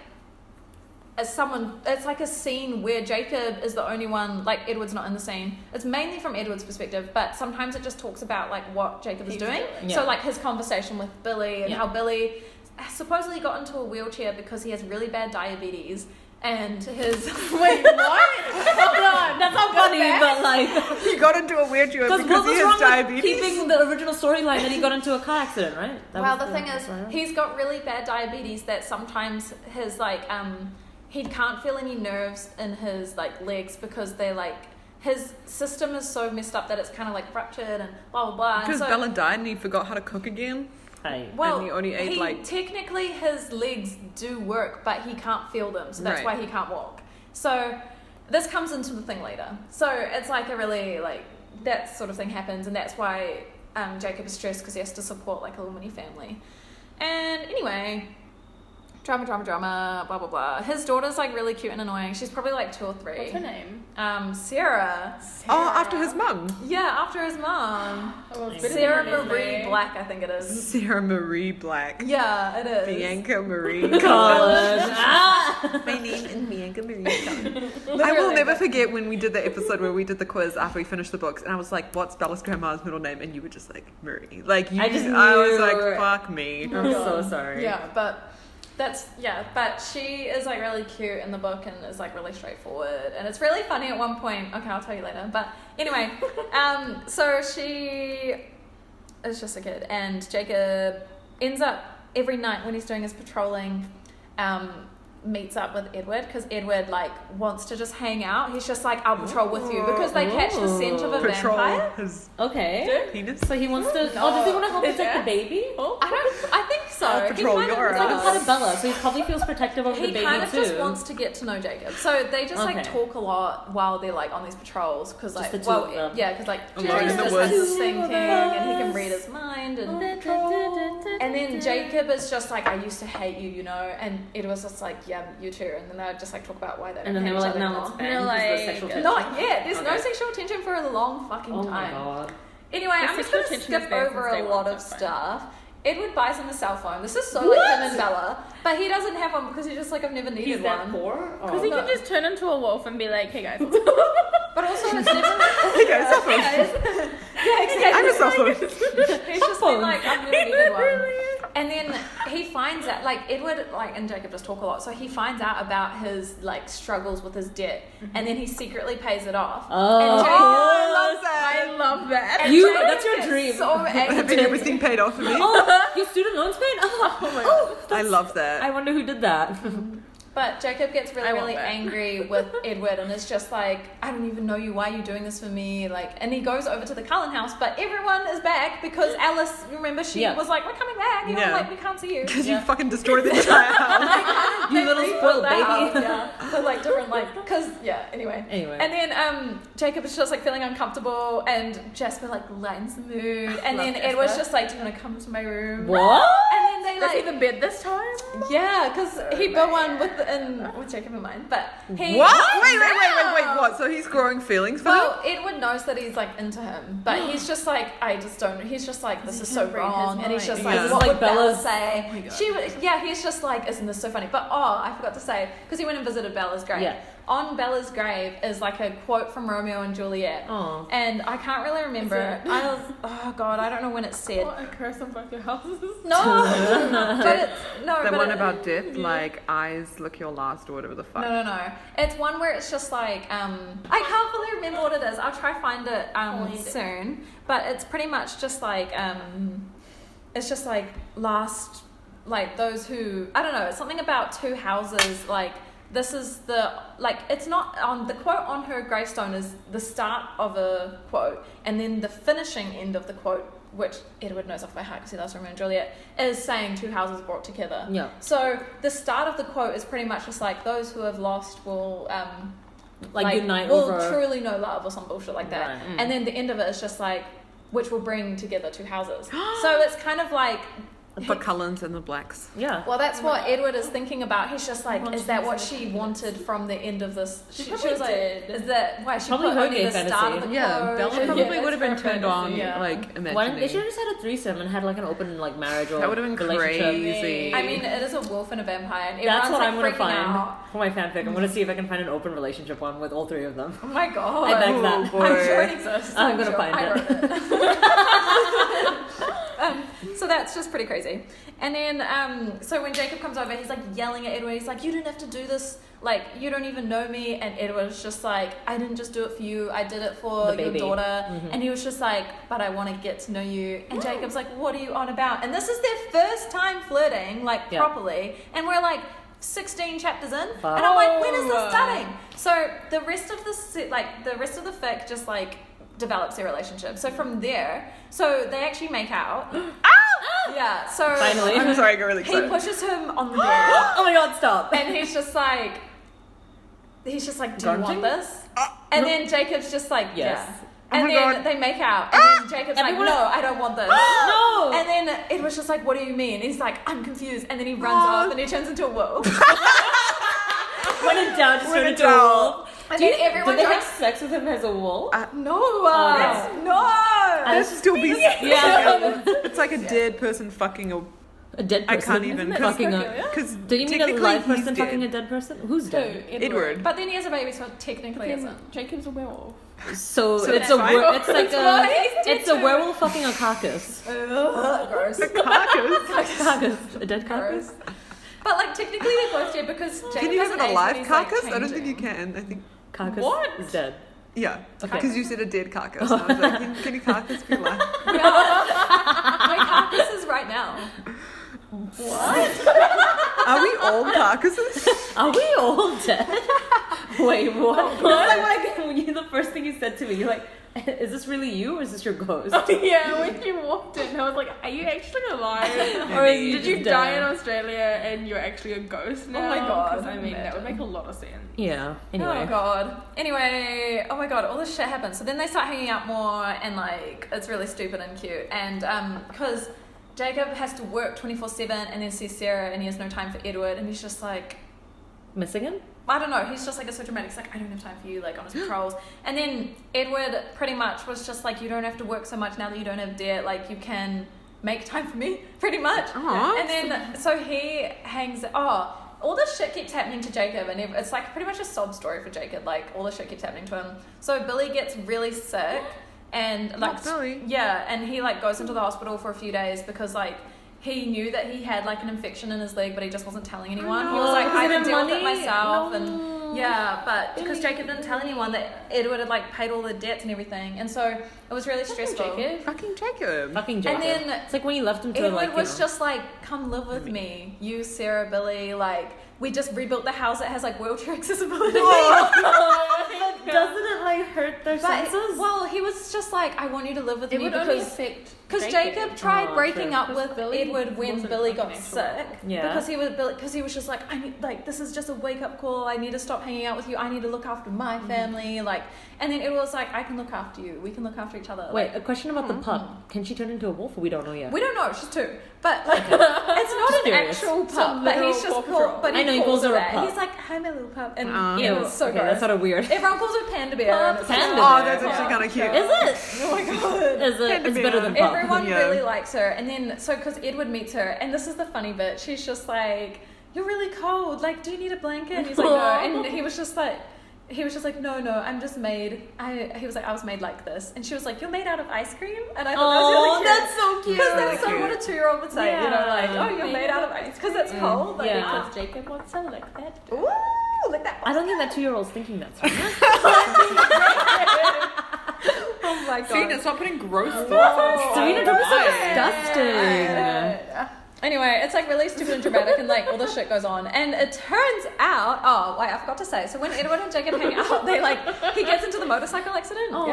D: as someone, it's like a scene where Jacob is the only one, like Edward's not in the scene. It's mainly from Edward's perspective, but sometimes it just talks about like what Jacob is
B: He's
D: doing.
B: doing.
C: Yeah.
D: So like his conversation with Billy and
C: Yeah.
D: how Billy supposedly got into a wheelchair because he has really bad diabetes. And his wait, <laughs>
B: Hold on.
C: Oh, That's not funny,
D: back.
C: but like,
A: He got into a weird duo
C: because
A: because
C: what
A: he has
C: was wrong
A: diabetes.
C: with
A: <laughs>
C: keeping the original storyline that he got into a car accident, right? That
D: well,
C: was
D: the thing is,
C: that's right.
D: he's got really bad diabetes that sometimes his like um he can't feel any nerves in his like legs because they're like his system is so messed up that it's kind of like fractured and blah blah blah. And
A: Because
D: so,
A: Bella died and he forgot how to cook again.
C: Hi.
D: well,
A: and he only ate,
D: he-
A: like-
D: technically his legs do work, but he can't feel them, so that's
A: Right.
D: why he can't walk. So this comes into the thing later. So it's like a really like that sort of thing happens, and that's why um, Jacob is stressed because he has to support like a little mini family. And anyway, drama, drama, drama, blah blah blah. His daughter's like really cute and annoying. She's probably like two or three.
B: What's her name?
D: Um, Sarah.
A: Oh, after his mum.
D: Yeah, after his mom,
B: Oh, it's better
D: Sarah
B: than my
D: Marie
B: name. eh?
D: Black, I think it is.
A: Sarah Marie Black.
D: Yeah, it is.
A: Bianca Marie. <laughs>
C: Colin. Ah!
A: My name is Bianca Marie. <laughs> Collins. I will
D: Literally.
A: never forget when we did the episode where we did the quiz after we finished the books, and I was like, "What's Bella's grandma's middle name?" And you were just like, "Marie." Like you,
C: I just
A: was
C: knew.
A: like, "Fuck me." <laughs>
C: I'm
D: Oh
B: Yeah.
C: so sorry.
D: Yeah, but that's yeah, but she is like really cute in the book and is like really straightforward and it's really funny at one point. Okay, I'll tell you later. But anyway,
A: <laughs>
D: um so she is just a kid and Jacob ends up every night when he's doing his patrolling um meets up with Edward because Edward like wants to just hang out. He's just like I'll patrol with you because they catch the scent of a
C: Ooh.
A: Patrol
D: vampire.
A: his
C: Okay.
A: penis. <laughs>
C: So he wants to. Oh, does he want to help
B: No.
C: protect the baby?
B: Oh,
D: I don't I think
A: I'll
D: also,
A: patrol
D: he kind
A: your
D: of,
C: It's
D: was
C: like a
A: house.
C: Pottabella, so he probably feels protective over
D: he
C: the baby
D: kind of
C: too.
D: just wants to get to know Jacob. So they just like
C: Okay.
D: talk a lot while they're like on these patrols because
C: Just
D: like
C: the two
D: well
C: of them.
D: yeah because like
A: Alone
D: Jacob
A: in the
D: just has
A: woods.
D: this thinking
C: Two of
D: and he can
C: us.
D: read his mind
C: Oh,
D: and
C: and
D: And then Jacob is just like, I used to hate you, you know, and it was just like, yeah, you too. And then they would just like talk about why they don't
C: And then
D: hate
C: they were
D: each
C: like,
D: other
C: no,
D: anymore.
C: it's
B: And they're
C: banned because of
B: like,
C: sexual
B: it's-
D: not yet. There's no
C: Okay.
D: sexual tension for a long fucking
C: Oh my
D: time.
C: god.
D: Anyway,
B: The
D: I'm just
B: sexual
D: gonna
B: tension is
D: skip
B: there
D: over
B: since day
D: a
B: one,
D: lot of
B: so it's fine.
D: stuff. Edward buys him a cell phone. This is so like
B: What?
D: him and Bella, but he doesn't have one because he's just like, I've never needed
C: He's that
D: one.
C: poor? Oh.
B: Because he can
D: Look.
B: just turn into a wolf and be like, hey guys, what's
D: But also, it's never.
A: He goes, "Cell phone."
D: <laughs> yeah,
A: I'm a
D: exactly.
A: cell phone.
D: He's just been like, I've never needed one. And then he finds out, like Edward, like and Jacob just talk a lot. So he finds out about his like struggles with his debt, and then he secretly pays it off.
A: <laughs>
C: Oh.
D: and
A: Oh,
D: loves it.
B: I love that.
D: And
C: You-
D: Jacob
C: that's your
D: gets
C: dream.
D: So
A: Having
D: angry.
A: everything paid off for me.
D: <laughs>
C: oh, your student loans paid? Oh, my god.
A: I love <laughs>
C: I
A: that.
C: wonder who did that. <laughs>
D: But Jacob gets really,
B: I want
D: really
B: that.
D: angry with Edward and is just like, I don't even know you. Why are you doing this for me? Like, and he goes over to the Cullen house, but everyone is back because Alice, remember, she
C: Yeah.
D: was like, we're coming back. You
A: Yeah.
D: know, like, we can't see you.
A: Because
C: Yeah.
A: you fucking destroyed the
D: <laughs>
A: entire house.
C: You
D: They
C: little
D: rebuilt
C: spoiled
D: that
C: baby.
D: house, yeah. But like different, like, because, yeah, anyway.
C: Anyway.
D: And then um, Jacob is just like feeling uncomfortable, and Jasper like lightens the mood, and
B: Love
D: then
B: Jasper.
D: Edward's just like, "Do you want to come to my room?"
C: <laughs> What?
D: <laughs> And then they
B: Let's
D: like,
B: see the bed this time.
D: yeah, because
A: Oh,
D: he built one with the, and with Jacob in mind, but he
A: What? Wait, wait, wait, wait, wait. What? So he's growing feelings for him?
D: Well, Edward knows that he's like into him, but he's just like, I just don't. He's just like, this is so
B: read his
D: wrong, and he's just like,
A: mind. Oh Yeah.
D: what would
C: This is like
D: Bella
C: Bella's-
D: say?
B: my God.
D: she, would- yeah, he's just like, isn't this so funny? But oh, I forgot to say because he went and visited Bella's grave.
C: Yeah.
D: On Bella's grave is like a quote from Romeo and Juliet,
A: Oh.
C: Aw.
D: and I can't really remember.
B: Is it?
D: I was, oh god, I don't know when it said.
B: What a curse on both your houses.
D: No, <laughs> but it's, no,
A: That
D: but
A: one
D: it-
A: about death, like eyes look your last or whatever the fuck.
D: No, no, no. It's one where it's just like um, I can't fully remember what it is. I'll try find it um,
B: Find it.
D: soon. But it's pretty much just like um, it's just like last, like those who I don't know. It's something about two houses. Like this is the like it's not on the quote on her gravestone is the start of a quote and then the finishing end of the quote. Which Edward knows off by heart because he loves Romeo and Juliet is saying two houses brought together.
C: Yeah.
D: So the start of the quote is pretty much just like those who have lost will um
C: Like, unite
D: will
C: over.
D: truly know love or some bullshit like that.
C: Right.
D: And then the end of it is just like which will bring together two houses. so it's kind of like Oh
A: The Cullens and the Blacks.
C: yeah.
D: well, that's what Edward is thinking about. He's just like,
C: Well,
D: is
C: she
D: that
C: has
D: what
C: a
D: she wanted from the end of this? She, she
B: probably
D: was like,
B: did.
D: is that why she
C: Probably
D: put
C: her
D: only
C: gay
D: the start of
C: fantasy.
D: the
A: Yeah,
D: quote?
A: Bella probably
B: that's
A: would have been
B: fair
A: turned on,
B: fantasy, yeah.
A: like
C: Why didn't, they should have
A: imagining.
C: just had a threesome and had like an open like marriage or
A: That would have been
C: relationship.
A: crazy.
D: I mean, it is a wolf and a vampire, and
C: That's
D: everyone's like
C: what I'm gonna
D: freaking
C: find
D: out.
C: for my fanfic. I'm gonna see if I can find an open relationship one with all three of them.
D: <laughs> Oh my god!
C: I like
A: Oh,
C: that.
A: boy.
D: I'm sure it exists.
C: I'm gonna
D: sure.
C: find
D: I
C: it.
D: wrote
C: <laughs>
D: um, so that's just pretty crazy. And then, um, so when Jacob comes over, he's like yelling at Edward. He's like, "You didn't have to do this. Like, you don't even know me." And Edward's just like, "I didn't just do it for you. I did it for
C: The
D: your
C: baby. Mm-hmm.
D: daughter." And he was just like, "But I want to get to know you."
C: Oh.
D: And Jacob's like, "What are you on about?" And this is their first time flirting, like
C: Yeah.
D: properly. And we're like. 16 chapters in
C: Fuck.
D: and I'm like when is
B: Oh.
D: this starting so the rest of the se- like the rest of the fic just like develops their relationship so from there so they actually make out Ah! yeah so
C: Finally.
A: I'm sorry, I got really
D: he
A: excited.
D: pushes him on the bed
C: <gasps> oh my god, <laughs> stop.
D: and he's just like he's just like do you want
C: Grunting?
D: this and then Jacob's just like
C: Yes.
D: yeah
A: Oh
D: and
A: my
D: then
A: God.
D: they make out and then Jacob's
C: Everyone-
D: like no I don't want this
C: No.
D: and then it was just like what do you mean he's like I'm confused and then he runs
A: Oh.
D: off and he turns into a wolf
C: When in doubt, just
A: When
C: turn
A: in
C: into a
A: doubt.
C: wolf.
D: And
C: Do you
D: then
C: think,
D: everyone
C: did they have
D: tries-
C: sex with him as a wolf?
D: no
C: no.
D: that's no
A: That'd still be
C: Yeah.
A: It's like a dead person fucking a
C: a dead
A: I
C: person.
A: can't even
C: Isn't that
A: fucking
C: a-
B: Yeah.
A: because
C: Do you mean a
A: technically
C: live
A: he's
C: person
A: dead.
C: fucking a dead person? Who's dead?
A: Edward.
D: But then he has a baby, so it technically
B: Then
D: isn't.
B: Jacob's a werewolf. <laughs>
C: So,
A: So
C: it's
A: that's
C: a
A: fine.
C: were- it's like
D: It's not,
C: a
D: he's dead
C: it's a
D: too.
C: werewolf fucking a carcass.
A: Oh,
D: <laughs>
A: <laughs>
D: Ugh, gross.
A: <laughs> Carcass.
C: carcass, a dead carcass.
D: gross. But like technically they're both dead because Jacob
A: Can you
D: has
A: have
D: an
A: an
D: ace and
A: alive
D: he's, like,
A: carcass? I don't think you
D: changing.
A: can. I think
C: Carcass
B: What?
C: is dead.
A: yeah,
C: Okay.
A: because you said a dead carcass. and I was like, can, can a carcass be <laughs> alive?
D: Yeah. <laughs> My carcass is right now.
A: Are we all carcasses?
D: <laughs>
C: Are we all dead? Wait, what? That's like when, I, when you, the first thing you said to me, you're like, is this really you or is this your ghost?
D: <laughs>
B: yeah, when you walked in, I was like, "Are you actually alive, or
C: Maybe you
B: did you
C: just
B: die
C: died.
B: in Australia and you're actually a ghost now?"
D: my God,
B: 'Cause I mean, that would
D: imagine.
B: make a lot of sense.
C: Yeah.
D: Oh
C: Anyway.
D: god. Anyway, oh my god, all this shit happens. So then they start hanging out more and like it's really stupid and cute. And um because Jacob has to work 24/7 and then sees Sarah and he has no time for Edward and he's just like
C: Missing him?
D: I don't know. He's just like it's so dramatic. He's like, I don't have time for you, like on his patrols. And then Edward pretty much was just like, you don't have to work so much now that you don't have debt. Like you can make time for me, <laughs> pretty much.
A: Aw.
D: And then so he hangs. Oh, all this shit keeps happening to Jacob, and it- it's like pretty much a sob story for Jacob. Like all the shit keeps happening to him. So Billy gets really sick, and like
A: Not Billy.
D: yeah, and he like goes into the hospital for a few days because like. He knew that he had like an infection in his leg, but he just wasn't telling anyone. He was
C: no.
D: like,
C: Was
D: "I
C: it
D: can
C: in
D: deal with it
C: money?
D: myself," and
B: Oh,
C: No.
D: yeah, but because Jacob didn't tell anyone that Edward had like paid all the debts and everything, and so it was really stressful.
A: Fucking Jacob.
C: Fucking Jacob.
D: then-
C: it's like when you left him to
D: Edward
C: like. you
D: was
C: know-
D: just like, "Come live with me, you, Sarah, Billy." Like we just rebuilt the house; it has like wheelchair <laughs> accessibility.
C: Doesn't it like hurt their
D: But
C: senses?
D: well, he was just like, "I want you to live with
B: It
D: me,"
B: would only
D: because
B: affect
D: because Jacob, tried
C: Oh,
D: breaking
C: true.
D: up
B: 'Cause
D: with
B: Billy
D: Edward when
B: wasn't
D: Billy
B: like
D: got
B: an actual
D: sick.
C: Yeah.
D: Because he was because he was just like, I need like this is just a wake up call. I need to stop hanging out with you. I need to look after my
C: Mm-hmm.
D: family. Like, and then Edward was like, I can look after you. We can look after each other.
C: Wait,
D: Like,
C: a question about the pup. Can she turn into a wolf? We don't know yet.
D: Hmm? we don't know. She's two, but like, it's
C: <laughs>
D: not an
C: curious.
D: actual
B: It's a
D: pup. But
B: literal
D: he's just
B: paw
D: called.
B: patrol.
D: But
C: I know, he calls her a
D: that.
C: pup. Oh.
D: He's like, hi, my little pup, and
A: Aw.
D: it was so
C: okay,
D: gross.
C: that's sort
D: <laughs>
C: of weird. Is
D: Everyone calls her Panda Bear.
B: Well,
D: and it's
C: Panda
D: like-
C: Bear.
A: Oh, that's actually kind of cute.
C: it?
D: Oh my god.
C: Is it? It's better than pup.
D: Everyone
A: Yeah.
D: really likes her. And then, so, because Edward meets her, and this is the funny bit. She's just like, You're really cold. Like, do you need a blanket? And he's like, No.
C: <laughs>
D: And he was just like, he was just like, no, no, I'm just made. I he was like, I was made like this, and she was like, you're made out of ice cream, and I
C: Aw,
D: thought
C: that's
D: so cute. Because Oh, that's so
A: Really
D: what a two year old would say, you know, like,
C: Yeah. Mm.
D: oh, you're made out of ice, because it's cold. Like,
C: Yeah.
B: Because Jacob wants to lick that.
D: it's- Ooh, like that.
C: I don't think that two-year-old's thinking that's right.
D: oh my god.
A: Serena, stop putting gross thoughts.
D: Whoa.
A: on
C: Serena, don't be so
A: mine.
C: disgusting.
D: Anyway, it's like really stupid and dramatic, and like all this shit goes on. And it turns out, oh wait, I forgot to say. So when Edward and Jacob hang out, they like he gets into the motorcycle accident.
C: Oh.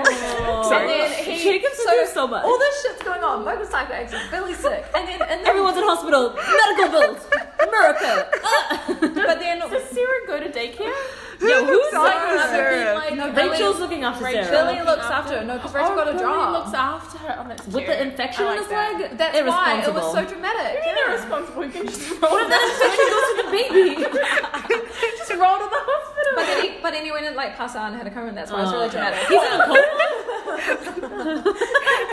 D: And then he,
C: Jacob's into so much.
D: All this shit's going on. Motorcycle accident. Billy sick. And then and then,
C: Everyone's in hospital. Medical bills. America.
D: But then
B: Does Sarah go to daycare?
C: Yo, who's
A: looks after
C: like-
A: Sarah?
D: no, Billy,
C: Rachel's looking after
B: Rachel.
C: Sarah.
D: Billy looks after her. No, because Rachel
B: Oh,
D: got a
B: Billy
D: job.
B: looks after her. Oh, that's
C: With
B: cute.
C: the infection in
B: I like
C: his
B: that.
C: leg?
D: That's why it was so
C: Irresponsible.
D: dramatic.
B: Being irresponsible, you can just roll it.
D: <laughs>
C: Baby.
B: <laughs> Just roll to the hospital.
D: But then, he, but then he went and like passed out and had a coma, and that's why it's really
C: Oh, okay.
D: dramatic.
C: He's in a coma.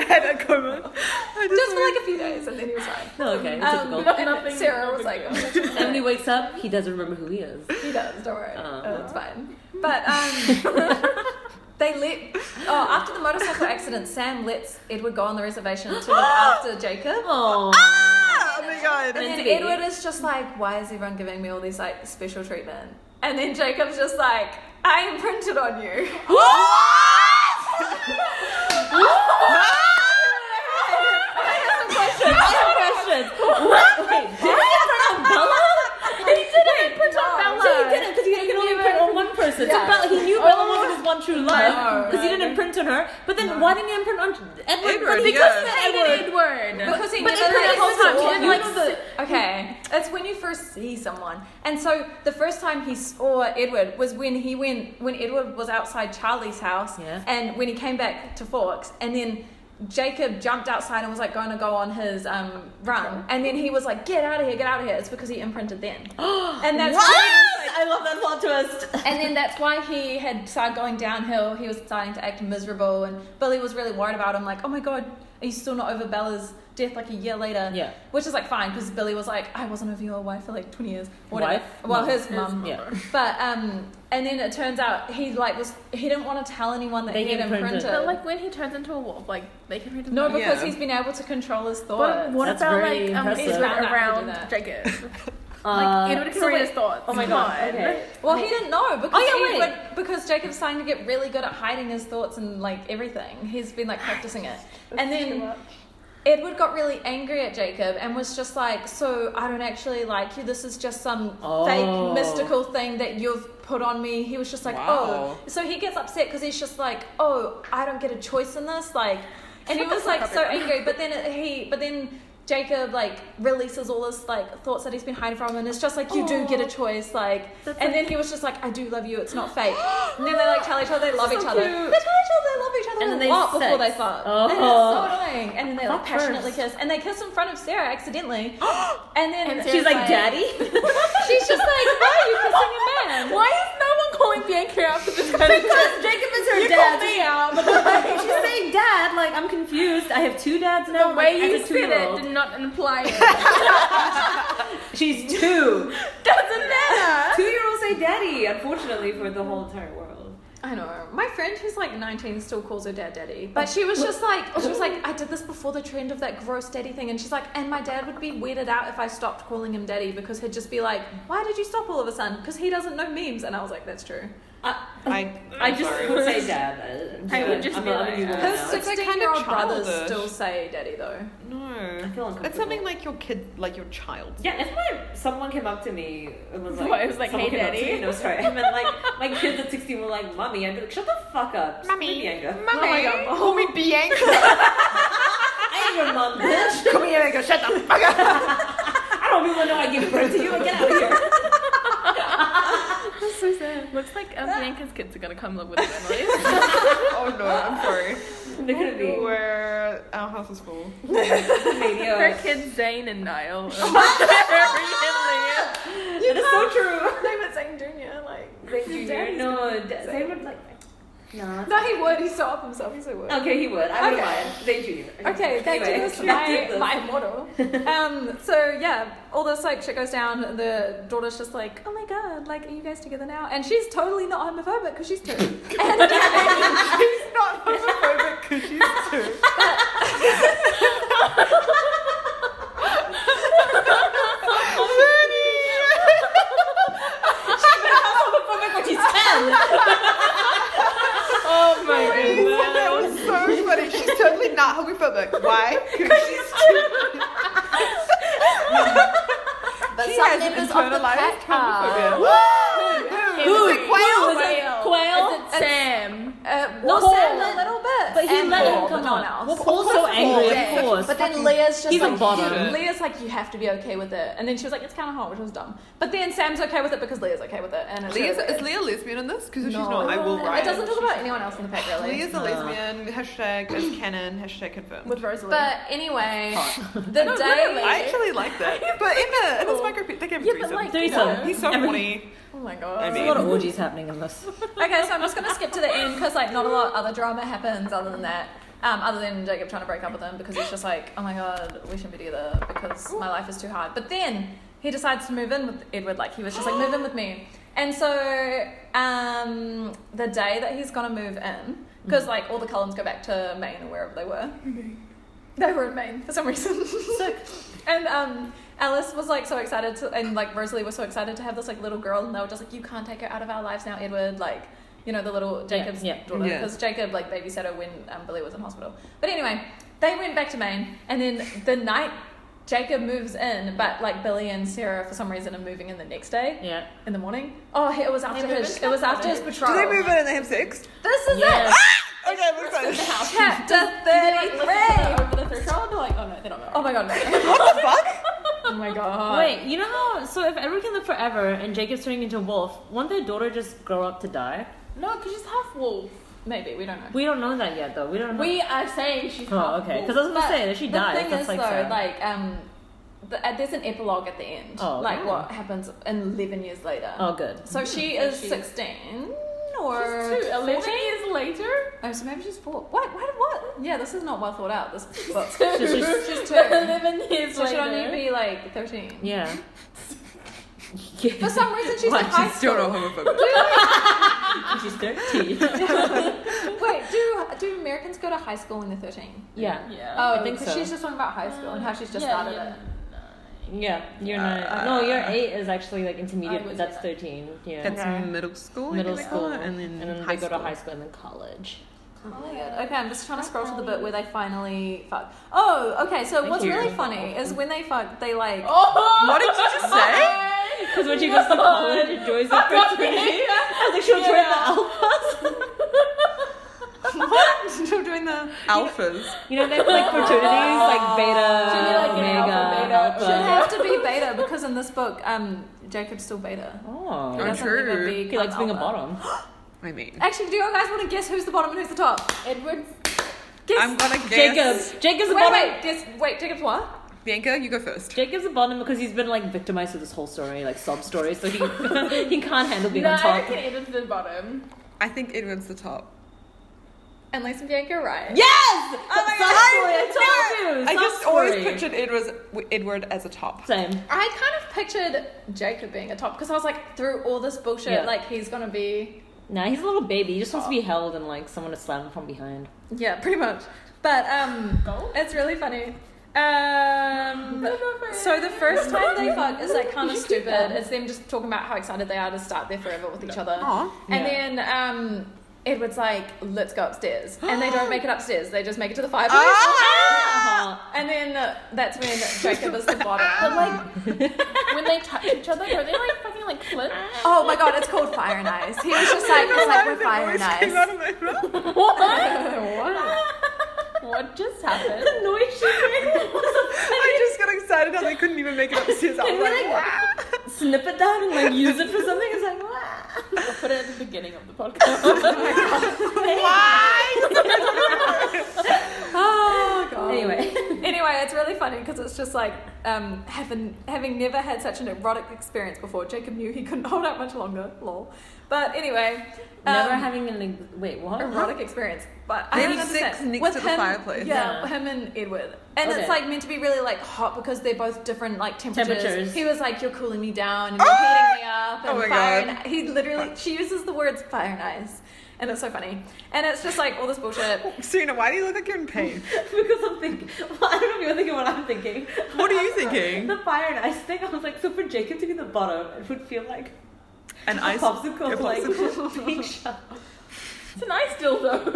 A: Had a coma. I just
D: Just for like a few days, and then he was fine.
C: No, okay.
D: Um, <laughs>
C: Typical.
B: Not
D: and
B: nothing
D: Sarah
B: of
D: was
B: a
D: like,
B: good.
D: oh, that's okay.
C: And when he wakes up, he doesn't remember who he is.
D: He does, don't worry.
C: Oh.
D: Uh, it's fine. But um, <laughs> they let. Oh, after the motorcycle accident, Sam lets Edward go on the reservation to
C: <gasps>
D: look after Jacob.
C: Oh.
A: Ah, oh my
D: <laughs>
A: god.
D: And
C: Meant
D: then
C: to be.
D: Edward is just like, why is everyone giving me all these like special treatment? And then Jacob's just like, I imprinted on you. <laughs>
A: Ah!
C: Questions. What? Wait, did he have an umbrella?
D: he didn't imprint
C: No, So he didn't, because he can only imprint on one person. So
D: Yeah.
C: Bella, he knew Bella wasn't his one true love,
D: No.
C: because he didn't imprint on her. But then why didn't he imprint on Edward?
A: Edward,
C: because
A: yeah.
C: he
B: I
C: hated
B: hated
C: Edward.
B: Edward.
D: Because he
C: But
D: never
C: it's
D: did
C: the
D: it
C: whole time.
D: before.
C: He
D: You
C: likes
D: know the- okay, it's when you first see someone. And so the first time he saw Edward was when he went when Edward was outside Charlie's house,
C: Yeah.
D: and when he came back to Forks, and then. Jacob jumped outside and was like going to go on his um, run, and then he was like, "Get out of here! Get out of here!" It's because he imprinted then, and that's why
C: Yes! I love that plot twist.
D: and then that's why he had started going downhill. He was starting to act miserable, and Billy was really worried about him. Like, oh my god, are you still not over Bella's death? Like a year later,
C: Yeah.
D: which is like fine because Billy was like, I wasn't over your wife for like twenty years. Whatever.
C: Wife?
D: Well,
C: Mum.
D: his mum.
C: Yeah.
D: But um, and then it turns out he like was he didn't want to tell anyone that
C: They
D: he had
C: imprinted.
D: imprinted.
B: But like when he turns into a wolf, like they can read his
D: no,
B: mind.
D: because
A: Yeah.
D: he's been able to control his
B: But
D: thoughts.
B: what
C: That's
B: about
C: very
B: like um,
C: impressive.
B: Edward
D: Not that
B: around
D: we
B: Jacob?
C: Uh,
B: like Edward can
D: so
B: read
D: wait-
B: his thoughts.
C: Oh my
B: Come
C: god.
B: on.
C: Okay.
B: <laughs>
D: Well, he didn't know because
C: Oh, yeah,
D: he
C: wait.
D: would- because Jacob's starting to get
C: <sighs>
D: really good at hiding his thoughts and like everything. He's been like practicing it, and then Edward got really angry at Jacob and was just like, "So I don't actually like you. This is just some
C: Oh.
D: fake mystical thing that you've put on me." He was just like,
A: Wow.
D: "Oh." So he gets upset because he's just like, "Oh, I don't get a choice in this." Like, and he was like so angry. But then it- he, but then Jacob like releases all his like thoughts that he's been hiding from, and it's just like, "You do get a choice." Like,
B: That's
D: and
B: like-
D: then he was just like, "I do love you. It's
B: <gasps>
D: not fake." and then they like tell each other they love
C: So
D: each other. They tell
C: cute.
D: each other they love each other
B: And then
D: a
B: they
D: lot before
B: sex.
D: they fuck.
C: Oh.
D: And it's so annoying. And then they like
C: Fuck
D: passionately
C: first.
D: kiss, and they kiss in front of Sarah accidentally. and then
B: <gasps> And
C: She's like,
B: Like-
C: Daddy?
D: <laughs> she's just like, "Why are you kissing a man?"
B: <laughs> Why is no one calling Bianca out for this kind of
C: because Jacob is her
B: You
C: dad.
B: called me out,
D: um,
B: but
C: She's saying dad, like, I'm confused. I have two dads now.
B: the
C: like,
B: way
C: as
B: you
C: a
B: said
C: two-year-old.
B: it did not imply it.
C: She's two.
B: <laughs> Doesn't matter.
C: two year olds say daddy, unfortunately, for the whole entire world.
D: I know. My friend who's like 19 still calls her dad daddy. But she was just like, she was like, I did this before the trend of that gross daddy thing. And she's like, and my dad would be weirded out if I stopped calling him daddy because he'd just be like, why did you stop all of a sudden? Because he doesn't know memes. And I was like, that's true.
E: I,
B: I just
E: sorry.
B: would
E: say
B: say
E: dad.
B: I would just be like, uh,
D: His
A: it's like
D: 16
A: kind
D: year
A: of
D: old brothers
A: childish.
D: still say daddy though.
E: No.
C: feel
A: It's something like your kid, like your child.
E: Yeah, if my someone came up to me and
B: <laughs>
E: was like,
B: What, it was like,
E: someone
B: "Hey,
E: came up to
B: daddy?"
E: me- no, sorry, I meant like my kids at sixteen were like, "Mummy," I'd be like, "Shut the fuck up, Just
A: Mummy.
E: give me anger."
A: Mummy,
D: my God.
A: call me Bianca.
E: I am your mum, bitch.
A: call me Bianca. Shut the fuck up.
E: I don't even know I gave birth to you. Get out of
B: <laughs>
E: here.
A: That's so sad.
B: Looks like um, Bianca's kids are gonna come live with families. <laughs>
A: Oh no, I'm sorry.
E: They're gonna be
A: Where our house is full.
E: maybe.
B: Her
E: Uh,
B: kids Zane and Niall. Very
E: that is so true.
D: They were saying junior, like.
E: Zane Junior, no, da- Zane would like. No.
D: No, he would. He saw up himself. He so would.
E: Okay, he would. I wouldn't
D: Okay.
E: mind. Zane Junior.
D: Okay, back
E: Anyway,
D: to this,
E: back to <laughs> this.
D: my, my model. um, so yeah, all this like shit goes down. The daughter's just like, oh my god, like are you guys together now? And she's totally not homophobic because she's two. and,
A: She's not homophobic because she's two.
B: Oh my
A: That was so funny. She's totally not homophobic. Why? Because she's two.
F: But
A: She
F: some
A: has
F: members of the
A: internalized
F: pack are.
A: Woo!
B: Who?
A: It's a quail.
B: Was it Quail? Is it Sam?
D: uh,
C: No,
D: no,
C: Sam
D: a
C: let-
D: little bit.
C: But he
D: And
C: let
D: Paul,
C: him come
D: but no one
C: on.
D: else.
C: Paul's so angry,
A: Yeah.
C: of course.
D: But then Leah's just
C: he's a
D: like,
C: bottom.
D: you- Leah's like, you have to be okay with it. And then she was like, it's kind of hot, which was dumb. But then Sam's okay with it because Leah's okay with it. And it's
A: Leah's,
D: really
A: is
D: weird.
A: Leah lesbian in this? Because if she's not, I will
D: It
A: write.
D: doesn't talk about anyone else in the pack really.
A: Leah's a lesbian. Hashtag is canon. Hashtag confirmed.
B: With Rosalie.
D: But anyway,
A: <laughs>
D: the day.
B: literally.
A: I actually like that. But Emma, in this micro, they gave him
B: Yeah, but
A: threesome.
B: like,
C: Threesome.
B: no.
A: He's so
C: Every-
A: horny.
B: Oh my
A: I
B: god.
C: There's a lot
A: mean,
C: of orgies happening in this.
D: okay, so I'm just gonna skip to the end because like not a lot other drama happens other than that. Um, other than Jacob trying to break up with him because he's just like, oh my god, we shouldn't be together because my life is too hard. But then he decides to move in with Edward. Like he was just like, move in with me. And so um, the day that he's gonna move in, because like all the Cullens go back to Maine or wherever they were. They were in Maine for some reason. and um, Alice was like so excited to, and like Rosalie was so excited to have this like little girl, and they were just like, "You can't take her out of our lives now, Edward." Like, you know, the little Jacob's
C: yeah.
D: daughter,
A: Yeah.
D: because Jacob like babysat her when um, Billy was in hospital. But anyway, they went back to Maine, and then the night Jacob moves in, but like Billy and Sarah for some reason are moving in the next day
C: <laughs> Yeah.
D: in the morning. Oh, it was after
B: move
D: his,
B: in
D: it was after his
A: do
D: patrol.
A: they move in and they have sex?
D: This is
C: Yes.
A: Okay, we're finished.
D: it.
C: <laughs>
D: Chapter
B: <laughs> Like,
D: thirty-three.
B: over the threshold, and they're like, oh no, they're not married.
D: Oh my god.
A: <laughs> What the fuck?
D: Oh my god.
C: Wait, you know how? So if Edward can live forever and Jacob's turning into a wolf, won't their daughter just grow up to die?
B: No, because she's half wolf.
D: Maybe we don't know.
C: We don't know that yet, though. We don't know.
B: We are saying she's
C: oh,
B: half
C: okay.
B: wolf.
C: Because I was gonna say that she
D: the
C: dies.
D: thing
C: that's
D: is
C: like,
D: though,
C: sad.
D: like um, the, uh, there's an epilogue at the end.
C: Oh,
D: like
C: okay.
D: what happens eleven years later.
C: oh, good.
D: So she
B: So
D: is
B: she's-
D: sixteen or
B: She's two. 11
D: 14?
B: years <laughs> later?
D: Oh, so maybe she's four. What? What? What? Yeah, this is not well thought out. This
B: <laughs>
D: book.
C: She's-
D: <laughs>
C: she's-
D: she's two.
B: 11 years
D: So
B: later.
D: she'd only be like thirteen.
C: Yeah.
D: For some reason, she's
C: Why,
D: in high
A: She's still
D: school.
A: not homophobic.
C: She's thirteen. <laughs>
D: Wait, do do Americans go to high school when they're thirteen?
C: yeah.
B: Yeah.
D: Oh,
C: I think
D: 'cause
C: so.
D: she's just talking about high school and how she's just
B: yeah,
D: started
B: yeah.
D: it.
C: Yeah. You're nine. No, your eight is actually like intermediate, but
B: would
C: that's
B: say
C: thirteen. Yeah.
A: That's middle school. I
C: middle
A: think they call
C: school,
A: it, and then
C: and then
A: high
C: they go
A: school.
C: to high school and then college.
D: Oh my god. Okay, I'm just trying to scroll to the bit where they finally fuck. Oh, okay. So what's
A: you.
D: really funny is when they fuck, they like.
B: Oh,
A: What did you just say?
C: <laughs> Because when she <laughs> goes to college, enjoys the opportunity. I was like, she'll join the
D: Still doing the.
A: <laughs> Alphas.
C: You know, they have <laughs> like fraternities, like beta,
B: Should be like an
C: omega,
B: alpha, beta,
D: Should have to be beta because in this book, um, Jacob's still beta.
C: Oh,
D: He
A: Oh,
D: doesn't
A: true.
D: ever be
C: he likes being a
D: alpha.
C: <gasps> bottom.
A: I mean,
D: Actually, do you guys want to guess who's the bottom and who's the top?
B: Edward's
D: Guess.
A: I'm
C: <gasps>
A: gonna guess.
C: Jacob's, Jacob's a
D: Wait,
C: bottom.
D: wait, guess, wait, Jacob's what?
A: Bianca, you go first.
C: Jacob's a bottom because he's been like victimized through this whole story, like sob story, so he <laughs> he can't handle being
B: no,
C: on
B: I
C: top.
B: reckon Edward's the bottom.
A: I think Edward's the top.
B: Unless Bianca are right.
C: Yes!
A: Oh my
C: Sob
A: God,
C: story,
A: I
C: I told you.
A: I
C: sob
A: just
C: story.
A: always pictured Edward, Edward as a top.
C: Same.
B: I kind of pictured Jacob being a top because I was like, through all this bullshit,
C: Yeah.
B: like he's gonna be,
C: Nah, he's a little baby. He just wants to be held and like someone to slam him from behind. <laughs>
D: Yeah, pretty much. But um,
B: Gold?
D: it's really funny.
B: <laughs>
D: Um, so the first time they fuck is like kind of stupid. It's them just talking about how excited they are to start their forever with each other.
A: Aw.
D: And
C: Yeah.
D: then um, Edward's like, "Let's go upstairs," and they don't make it upstairs. They just make it to the fireplace.
B: Ah!
C: Uh-huh.
D: And then uh, that's when Jacob is the bottom.
B: <laughs> but like when they touch each other, don't they like fucking like <laughs> flip?
D: oh my god, it's called Fire and Ice. He was just
B: <laughs>
D: like, it's like we're Fire and Ice. <laughs>
B: <laughs> What just happened?
C: The noise
A: I just got excited how they couldn't even make it upstairs. I was like,
C: Snip it down and like use it for something. It's like what?
B: I'll put it at the beginning of
C: <laughs>
B: the podcast.
D: Oh god.
C: Anyway.
D: anyway, it's really funny because it's just like um, having having never had such an erotic experience before. Jacob knew he couldn't <laughs> hold out much longer. Lol. But anyway, um,
C: Never having an ex- wait what?
D: erotic experience. But I
A: Maybe
D: don't
A: sex
D: understand.
A: next
D: With
A: to the
D: him-
A: fireplace.
D: Yeah,
C: Yeah.
D: with him and Edward, and
C: Okay.
D: it's like meant to be really like hot because they're both different like temperatures.
C: Temperatures.
D: He was like, "You're cooling me down and you're heating me up,"
A: Ah!
D: and
A: Oh my
D: fire.
A: God.
D: And, he literally she uses the words fire and ice, and it's so funny. And it's just like all this bullshit.
A: <laughs> Serena, why do you look like you're in pain?
C: <laughs> because I'm thinking. Well, <laughs> I don't know if you're thinking what I'm thinking.
A: What are you
C: <laughs>
A: thinking?
C: The fire and ice thing. I was like, so for Jacob to be the bottom, it would feel like
A: An
C: a
A: ice
C: popsicle,
A: a
C: like
A: popsicle.
C: <laughs> being shot.
B: it's a nice
D: Oh
B: dildo.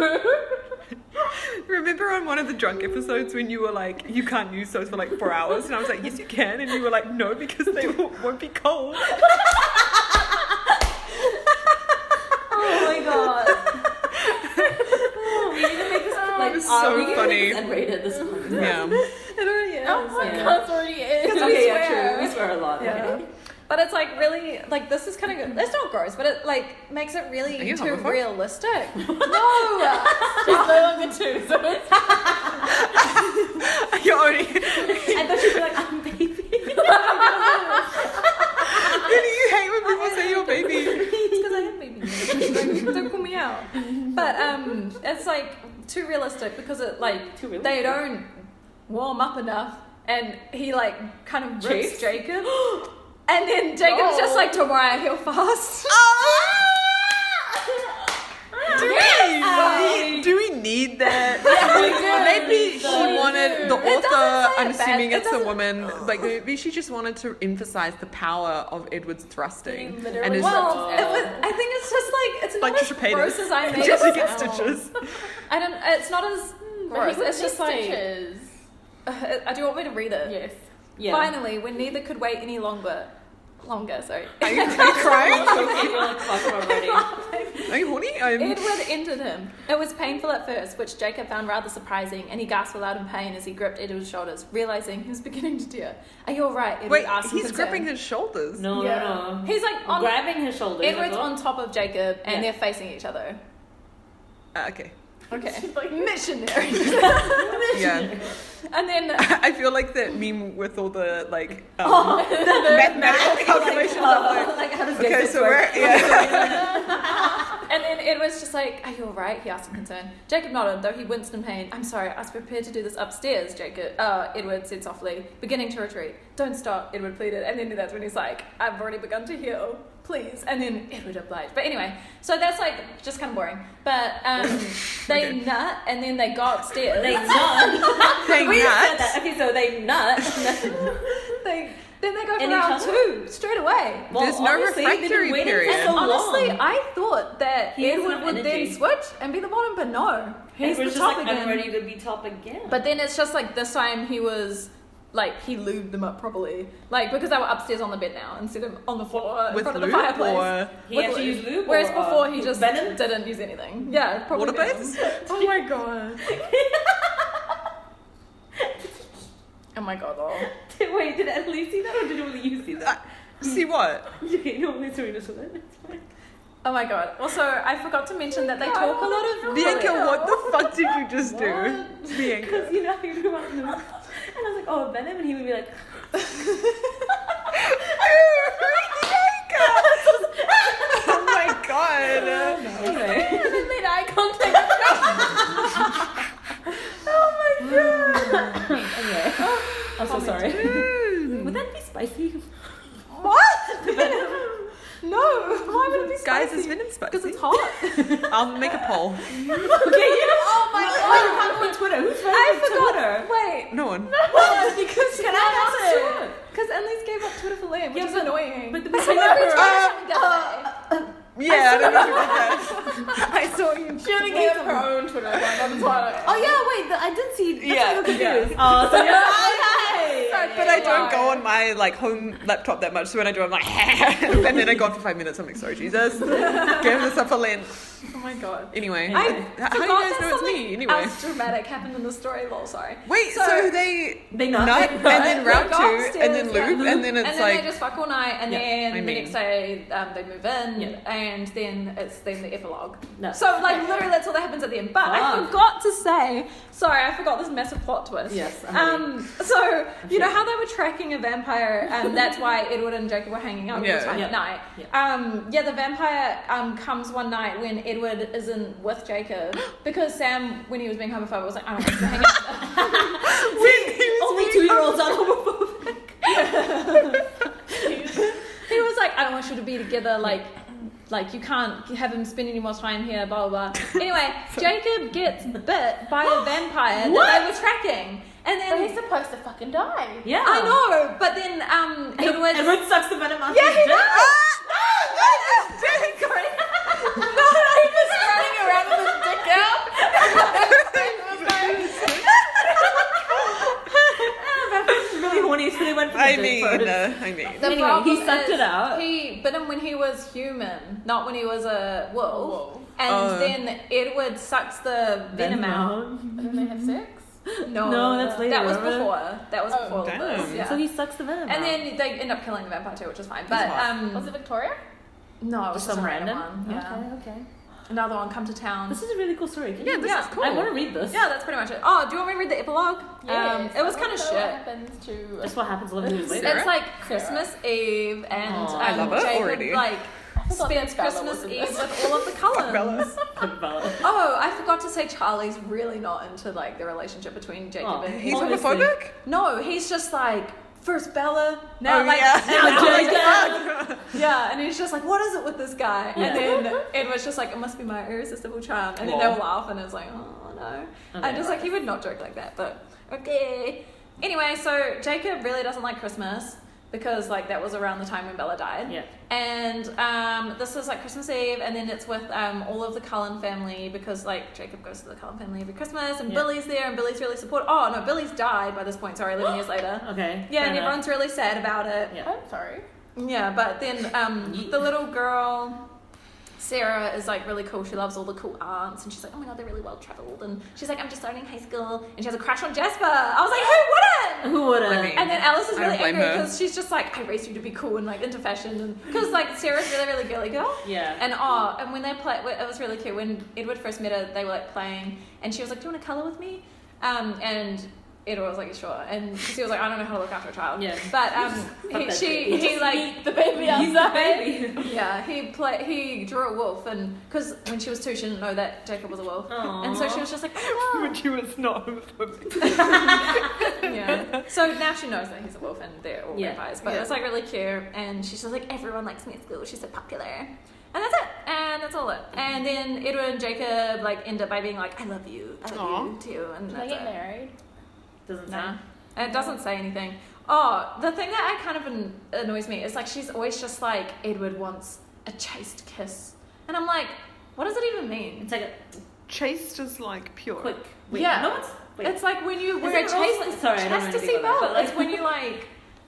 A: Remember on one of the drunk episodes when you were like, you can't use those for like four hours, and I was like, yes, you can, and you were like, no, because they w- won't be cold.
C: Oh my god. oh, we need to make this like
A: was
C: R-
A: so
C: we need to make this
A: funny.
C: N-rated at this
B: <laughs>
C: point.
A: Yeah.
D: It already is.
B: oh my
C: Yeah.
B: god, it's already is.
D: Because
C: Okay,
D: we
C: yeah,
D: swear.
C: true. We swear a lot.
D: Yeah.
C: Okay.
D: But it's like really like this is kind of good. It's not gross, but it like makes it
A: Are
D: really
A: you
D: too
A: homophobic?
D: realistic.
A: <laughs>
D: no,
B: She's no longer two, so it's
A: <laughs> You're only. Who
C: I thought you'd be like, I'm
A: <laughs>
D: <laughs>
C: baby.
A: do you hate when people say you're
D: <laughs>
A: baby?
D: because I am baby. Don't call me out. But um, it's like too realistic because it like
C: Too realistic.
D: they don't warm up enough, and he like kind of rips
C: Chase?
D: Jacob, <gasps> and then Jacob's just
B: Oh.
D: like Mariah Hill fast.
A: Oh!
D: <laughs>
A: Do we,
D: Um,
A: need, do we need
D: <laughs>
A: that? maybe she wanted the
D: It doesn't
A: author.
D: say
A: I'm
D: it bad.
A: assuming
D: It
A: it's a
D: doesn't- Oh.
A: woman. Like maybe she just wanted to emphasize the power of Edward's thrusting
B: He literally
A: and his
B: was-
D: Well, it was, I think it's just like it's
A: like
D: not
A: Trisha
D: as
A: Paytas.
D: gross
A: <laughs>
D: as I made
A: Just
D: it
A: get
D: sound.
A: stitches.
D: <laughs> I don't. It's not as gross. It's just like.
B: Hmm, stitches.
D: Uh, I do you want me to read it.
B: Yes.
C: Yeah.
D: Finally, when neither could wait any longer, longer. Sorry.
A: Are you, are you crying?
E: <laughs>
D: <laughs>
E: Okay, we're like, fuck already.
A: Are you horny? I'm.
D: Edward ended him. It was painful at first, which Jacob found rather surprising, and he gasped aloud in pain as he gripped Edward's shoulders, realizing he was <laughs> beginning to tear. Are you all right? Edward
A: Wait,
D: asked in
A: he's
D: concern.
A: gripping his shoulders.
E: No,
B: Yeah.
E: no, no.
D: He's like on.
E: grabbing his oh. shoulder.
D: Edward's on top of Jacob, and
E: Yeah.
D: they're facing each
B: <laughs>
D: other.
A: Ah, okay.
D: Okay.
B: She's like,
D: Missionary. <laughs>
A: Yeah. <laughs>
D: and then
A: I feel like that meme with all the
D: <laughs>
A: like um, mathematical calculations. I'm like,
C: like, how does
A: okay,
C: Jacob
A: so
C: work?
A: we're
D: <laughs>
A: yeah.
D: And then it was just like, Are you alright? He asked in concern. Jacob nodded, though he winced in pain. I'm sorry, I was prepared to do this upstairs, Jacob. Uh, Edward said softly, beginning to retreat. Don't stop, Edward pleaded. And then that's when he's like, I've already begun to heal. Please. And then Edward obliged. But anyway, so that's like just kind of boring. But
E: <laughs>
D: um, they
A: Okay.
D: nut and then they go upstairs.
E: They nut.
A: Saying
E: We just
A: that.
E: said that. Okay, so <laughs> they nut.
D: they Then they go for
E: And each
D: round
E: other?
D: two straight away.
E: Well,
A: There's no
E: obviously, they've been
A: refractory
E: waiting for
A: period.
E: So
D: Honestly,
E: long.
D: I thought that
E: He has
D: Edward
E: enough
D: would
E: energy.
D: then switch and be the bottom, but no, he's
E: Edward's just
D: the top
E: like,
D: again.
E: I'm ready to be top again.
D: But then it's just like this time he was like he lubed them up properly, like because they were upstairs on the bed now instead of on the floor in
A: With
D: front of
A: lube
D: the fireplace.
A: or
E: he
D: With
E: had to
D: lube.
E: use lube.
D: Whereas
E: or, uh,
D: before he just
E: venom.
D: didn't use anything. Yeah,
E: <laughs>
D: probably
A: water
D: venom.
A: based?
D: Oh my god. oh my god, though.
E: Wait, <laughs> did Annalise see that or did only you see
A: <laughs>
E: that?
A: Uh, See what?
E: okay, no, only Serena saw <laughs> that. It's fine.
D: <laughs> Oh my god. Also, I forgot to mention that they talk a
A: <laughs>
D: lot of.
A: Bianca, what the fuck did you just do?
D: <laughs>
A: Bianca.
E: Because you know <laughs> you do want them. And I was like, oh, venom, and he would be like,
A: Oh my god.
E: okay. <laughs>
D: And then made eye contact. oh my god.
E: okay.
C: I'm so sorry.
E: Would that be spicy?
D: What? no. Why would it be spicy?
A: Guys, is venom spicy?
D: Because it's hot.
A: I'll make a poll.
D: oh my god.
E: on Twitter. Who's friends
D: I
E: with
D: forgot. Wait.
A: No one.
D: Well, because
E: Can
D: Can
E: I ask
D: I
E: Twitter?
D: Because Annalise gave up Twitter for Liam, which
E: Yeah,
D: is
E: but- <laughs>
D: annoying.
E: But the
D: I know we
E: Twitter.
D: tried something the other day.
A: Uh, Yeah, I don't know if you got that.
E: I saw you.
D: She gave up her own Twitter account on <laughs> Twitter.
E: Oh yeah, wait, the, I did see.
A: Yeah,
E: That's
A: yeah.
E: yeah. Oh, so yeah.
A: But I don't go on my like home laptop that much, so when I do, I'm like, <laughs> and then I go on for five minutes. I'm like, sorry, Jesus, give this up for Lent.
D: Oh my god.
A: Anyway,
D: I
A: h- how do you guys
D: forgot that
A: know it's
D: something
A: me? Anyway,
D: else dramatic happened in the story. Lol, sorry.
A: wait. So,
D: so-
C: <laughs>
A: they
E: They not.
A: nut
E: <laughs>
A: and then
D: They
A: <laughs> round
D: go
A: two,
D: upstairs,
A: and then
D: yeah.
A: loop, and then it's
D: and then
A: like
D: they just fuck all night, and
E: Yeah,
D: then
A: I
D: the
A: mean.
D: next day um, they move in,
E: Yeah.
D: and then it's then the epilogue.
E: No.
D: So like literally that's all that happens at the end. But I
E: Fuck.
D: forgot to say, sorry, I forgot this massive plot twist.
E: Yes, I'm
D: Um. So you know
E: sure.
D: how they were tracking a vampire,
E: <laughs>
D: and that's why Edward and Jacob were hanging out
A: Yeah.
D: yeah.
E: Yeah.
D: at night. Um. Yeah, the vampire um comes one night when Edward isn't with
E: <gasps>
D: Jacob because Sam, when he was being homophobic, was like, I don't want to hang out.
A: when he was
E: Only <laughs> two-year-olds are homophobic.
D: He was like, I don't want you to be together. Like, like you can't have him spend any more time here. Blah blah. blah. <laughs> Anyway, Jacob gets bit by <gasps> a vampire that they were tracking, and
B: But
D: then
B: he's supposed to fucking die.
E: Yeah,
D: I
E: <laughs>
D: know, but then um,
E: And
D: Edward.
E: Edward sucks the venom out.
D: <laughs> yeah, he does. Ah! <laughs>
B: Running around with his dick out.
E: really horny, so they went for the
A: I
E: dick
A: mean,
E: first.
A: uh, I mean,
D: The
E: Anyway, he
D: problem
E: sucked
D: is
E: it out.
D: He bit him when he was human, not when he was a wolf.
B: wolf.
D: And
A: Oh.
D: then Edward sucks the venom out.
B: And then they have sex.
D: No,
E: No, that's later,
D: That was
E: remember?
D: before. That was
B: Oh.
D: before all of this.
A: Damn.
D: Yeah.
E: So he sucks the venom.
D: and
E: out.
D: then they end up killing the vampire too, which is fine. But
A: hot.
D: um,
B: Was it Victoria?
D: no, it was
E: Just
D: just
E: some
D: a random,
E: random?
D: one. Yeah,
E: Okay, okay.
D: another one come to town.
E: This is a really cool story. Can
A: yeah,
E: you-
A: this
D: Yeah.
A: is cool.
E: I want to read this.
D: Yeah, that's pretty much it. Oh, do you want me to read the epilogue? um,
B: Yes,
D: it was
B: I
D: kind of
B: wonder
D: shit.
B: What happens to
E: That's what happens 11 years later. <laughs>
A: Sarah?
D: It's like Christmas Eve,
E: Aw.
D: and um,
E: I
A: love it
D: Jacob,
A: already.
D: Like
B: forgot
D: spends
B: that Bella
D: Christmas
B: was in
D: Eve
B: this.
D: with all of the
A: Bella.
D: colors.
E: Cabela.
D: oh, I forgot to say Charlie's really not into like the relationship between Jacob
E: Aw.
D: and
A: He's
E: Honestly.
A: homophobic.
D: No, he's just like first Bella, now
A: Oh,
D: like <laughs>
A: yeah. <laughs>
D: now
E: Now
D: Jacob.
A: Jacob.
D: Yeah, and he's just like, what is it with this guy?
E: Yeah.
D: And then Edward's just like, it must be my irresistible charm. And then
A: Wow.
D: they'll laugh, and it's like, oh no.
E: Okay.
D: I'm just like, he would not joke like that, but okay. Anyway, so Jacob really doesn't like Christmas because like that was around the time when Bella died.
E: Yeah.
D: And um, this is like Christmas Eve, and then it's with um, all of the Cullen family because like Jacob goes to the Cullen family every Christmas, and
E: Yeah.
D: Billy's there, and Billy's really supportive. Oh no, Billy's died by this point.
E: <gasps>
D: Sorry, eleven years later.
E: Okay.
D: Yeah,
E: fair
D: and
E: enough.
D: everyone's really sad about it.
E: Yeah. <laughs>
B: I'm sorry.
D: Yeah, but then um,
E: Yeet.
D: the little girl, Sarah, is like really cool. She loves all the cool aunts, and she's like, oh my god, they're really well traveled. And she's like, I'm just starting high school, and she has a crush on Jasper. I was like, who wouldn't?
E: Who would
A: I
E: have?
A: mean-
D: And then Alice is
A: I don't
D: really
A: blame
D: angry
A: her.
D: because she's just like, I raised you to be cool and like into fashion, and because like Sarah's really really girly girl.
E: Yeah.
D: And oh, and when they play, it was really cute. When Edward first met her, they were like playing, and she was like, "Do you want to color with me?" Um, and Edward was like, "Sure." And 'cause he was like, "I don't know how to look after a child."
E: Yeah.
D: But
A: <laughs>
D: um,
E: Fuck
D: he,
E: that
D: she
E: shit.
D: he like
B: The baby
E: <laughs> He's a
B: outside.
E: baby.
D: yeah he play he drew a wolf, and because when she was two, she didn't know that Jacob was a wolf,
E: Aww.
D: and so she was just like,
C: <laughs>
D: "Oh."
A: Which he was not homophobic.
D: yeah. So now she knows that he's a wolf, and they're all
E: Yeah.
D: vampires. But
A: Yeah.
D: it's like really cute, and she's just like, "Everyone likes me at school. She's so popular." And that's it. And that's all it. And then Edward and Jacob like end up by being like, "I love you. I love you too." And
B: Did I
D: that's
B: get
D: it.
B: married?
E: Doesn't
D: Nah.
E: sound.
D: And it doesn't say anything. Oh, the thing that I kind of an- annoys me is like she's always just like Edward wants a chaste kiss, and I'm like, what does it even mean?
C: It's like a
A: Chaste is like pure.
C: quick. Wait,
D: Yeah.
C: No one's. Wait.
D: It's like when you
C: Is
D: wear
C: it chaste? Sorry, I don't know
D: chastity
C: anything about
D: belt.
C: that, but,
D: it's
C: like-
D: when you
C: <laughs>
D: like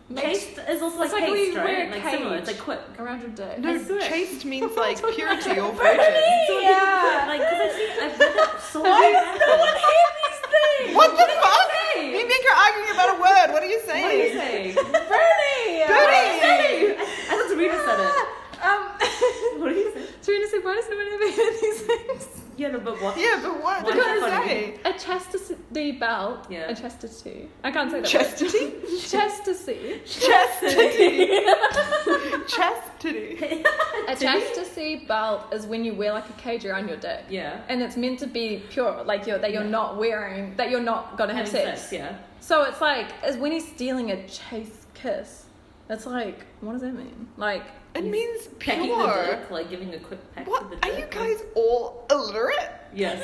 D: make
C: Chaste is also like,
D: It's like we
C: taste, right?
D: wear
C: Like similar.
D: cage.
C: It's like quick.
D: around your dick.
A: No,
C: I swear.
A: chaste means like purity or virgin.
D: <laughs> Yeah. <laughs>
C: Like because I've seen I've read that so many times.
A: What the fuck? You think you're arguing about a word? What are you saying?
C: What are you saying?
D: Bernie.
A: Bernie!
C: I thought Serena said it.
D: Um, <laughs>
C: What are you saying?
D: Serena said, why does nobody ever hear these things?
C: Yeah, no, but what?
A: Yeah, but what?
C: What
A: What did
C: is
A: you
C: funny?
A: say?
D: A chastity belt.
C: Yeah.
D: A chastity. I can't say that. <laughs>
A: Chastity?
D: word. Chastity.
A: Chastity. <laughs> Chastity.
D: A chastity belt is when you wear like a cage around your dick.
C: Yeah.
D: And it's meant to be pure, like you're, that you're not wearing, that you're not gonna have
C: Having
D: sex.
C: sex. Yeah.
D: So it's like, is when he's stealing a chase kiss, it's like, what does that mean?
C: <laughs>
D: Like,
A: It means
C: Pecking the
A: pure.
C: dick, like giving a quick peck
A: What?
C: to the
A: Are
C: dick.
A: you
C: like-
A: guys all <laughs> illiterate?
C: Yes.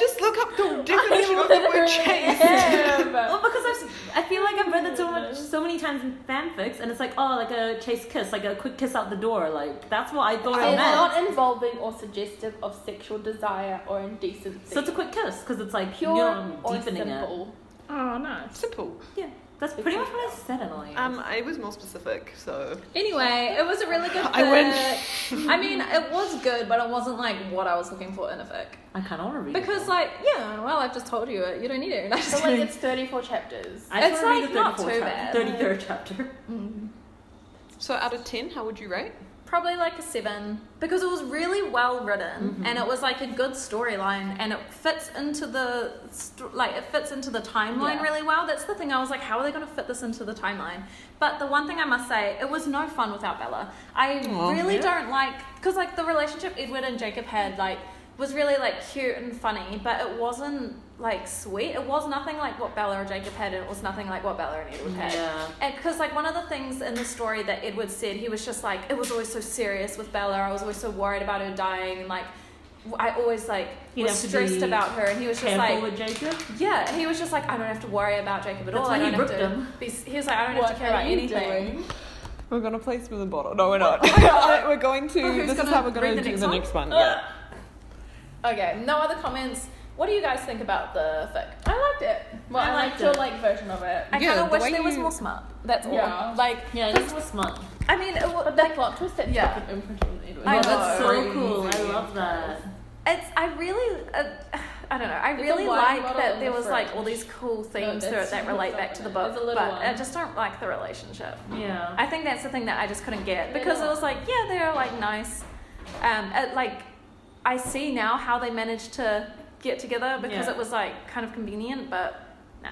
A: Just look up the definition of the word <laughs> chaste.
C: Well, because I've, s- I feel like I've read it so much, so many times in fanfics, and it's like, oh, like a chase kiss, like a quick kiss out the door, like that's what I thought
B: It's
C: it meant.
B: not involving or suggestive of sexual desire or indecency.
C: So it's a quick kiss because it's like
B: pure
C: you know,
B: or
C: deepening it.
B: simple.
D: oh no.
A: Simple.
C: Yeah, that's pretty much what I said, Annoying.
A: Um, I was more specific, so
D: Anyway, it was a really good. Fic.
A: I went- <laughs>
D: I mean, it was good, but it wasn't like what I was looking for in a fic.
C: I kind of want to read
D: Because
C: it.
D: like, yeah, well, I've just told you it. You don't need it. <laughs> And I just
B: So like it's 34 chapters.
C: I
D: it's
C: just wanna read
D: like not
C: the 34th
D: too bad.
C: chapter, 33rd chapter.
A: so out of ten, how would you rate?
D: probably like a seven because it was really well written
C: Mm-hmm.
D: and it was like a good storyline and it fits into the st- like it fits into the timeline
C: Yeah.
D: really well that's the thing i was like how are they going to fit this into the timeline but the one thing i must say it was no fun without bella i really don't like because like the relationship edward and jacob had like was really like cute and funny but it wasn't like sweet it was nothing like what bella or jacob had and it was nothing like what bella and edward had
C: <laughs> Yeah.
D: because like one of the things in the story that Edward said, he was just like, it was always so serious with Bella. I was always so worried about her dying, and like, w- I always like
C: You'd
D: was
C: have to
D: stressed
C: be
D: about her. And he was just
C: Careful
D: like,
C: with Jacob.
D: yeah, he was just like, I don't have to worry about Jacob at
C: That's
D: all.
C: why
D: I
C: he
D: don't have
C: ripped
D: to.
C: him.
D: Be, he was like, I don't
B: What
D: have to care
B: are
D: about
B: you
D: anything.
B: doing?
A: We're gonna place them in the bottle. No, we're <laughs> not. we're going to.
D: Well, who's
A: this
D: gonna
A: is how we're
D: read
A: gonna
D: the
A: do
D: next
A: the
D: one?
A: next one. Yeah.
B: Okay, no other comments. What do you guys think about the fic? I liked it. Well,
C: I
B: I,
C: liked
B: liked your like version of it.
D: I
G: Yeah,
D: kind
G: the
D: of wish
G: way
D: there was
G: you-
D: more smart. That's all.
B: Yeah.
D: Like,
C: Yeah, this was smart.
D: I mean, it, wa-
B: but the
D: like,
B: plot twist that's
D: Yeah.
B: fucking impressive, Edward.
D: I
C: Oh,
D: know.
C: that's so
G: Crazy.
C: cool. I love that.
D: it's. I really, uh, I don't know. I
B: It's a
D: really
B: wine
D: like
B: bottle
D: that
B: in
D: there
B: the
D: was like
B: fridge.
D: all these cool themes through
B: that's-
D: it
B: <laughs>
D: that relate back
B: that's
D: to the
B: it.
D: book,
B: It's a little
D: but
B: one.
D: I just don't like the relationship.
C: Yeah.
D: I think that's the thing that I just couldn't get because
B: Yeah.
D: it was like, yeah, they're like nice. Um, it, like I see now how they managed to get together because
C: Yeah.
D: it was like kind of convenient, but nah.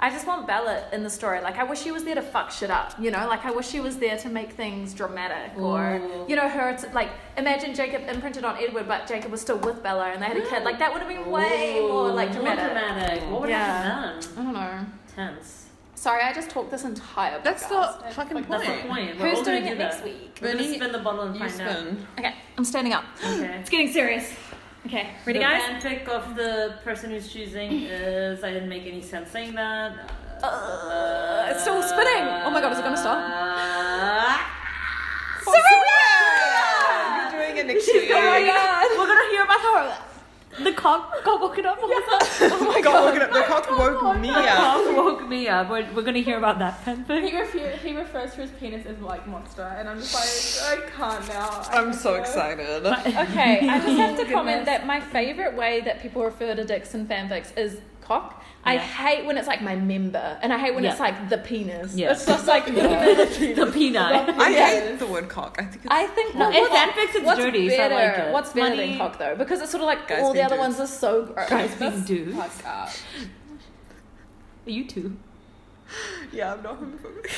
D: I just want Bella in the story. Like I wish she was there to fuck shit up, you know. Like I wish she was there to make things dramatic
C: Ooh.
D: or you know her to, like imagine Jacob imprinted on Edward, but Jacob was still with Bella and they had a kid. Like that would have been way more like
C: More
D: dramatic.
C: dramatic. What would
D: Yeah.
C: have done?
D: I don't know.
C: Tense.
D: Sorry, I just talked this entire.
G: That's
D: podcast.
G: the fucking
C: That's the
G: point.
C: point. We're all
D: Who's
C: gonna
D: doing
C: do
D: it next
C: that.
D: week?
C: We're gonna
G: Bernie,
C: spin the bottle and
G: You
C: find out.
G: spin.
D: Okay, I'm standing up.
C: Okay.
D: It's getting serious. Okay, ready,
C: the
D: guys?
C: fanfic of the person who's choosing is. I didn't make any sense saying that.
D: Uh, it's still spinning. Oh my god, is it gonna
C: <laughs>
D: stop?
A: Swear! You're doing it next week.
D: Oh god!
C: We're gonna hear about how the cock, cock woke
D: <laughs>
C: it up.
A: Oh my god, look at it. The cock woke
C: <laughs>
A: me up.
C: Cock woke me up. We're, we're gonna hear about that fanfic.
B: He, refu- he refers to his penis as like monster, and I'm just like, I can't now. I
A: I'm
B: can't
A: so
B: go.
A: excited.
D: Okay, I just
C: <laughs>
D: have to
B: Goodness.
D: comment that my favorite way that people refer to dicks in fanfics is cock. I
C: Yeah.
D: hate when it's like my member, and I hate when it's
C: Yeah.
D: like the penis.
C: Yeah.
D: It's just
C: <laughs>
D: like
C: <laughs> the peanut.
A: I hate the word cock. I think it's
D: I think
C: No,
D: no,
C: in
D: what-
C: fanfics it's
D: what's
C: dirty, so I
D: Better,
C: like it.
D: What's better
C: Money-
D: than cock though? Because it's sort of like
A: Guys
D: all the
A: being
D: other
A: dudes.
D: ones are so gross.
C: Guys being dudes.
B: Fuck up.
C: <laughs> You too.
A: yeah, I'm not homophobic.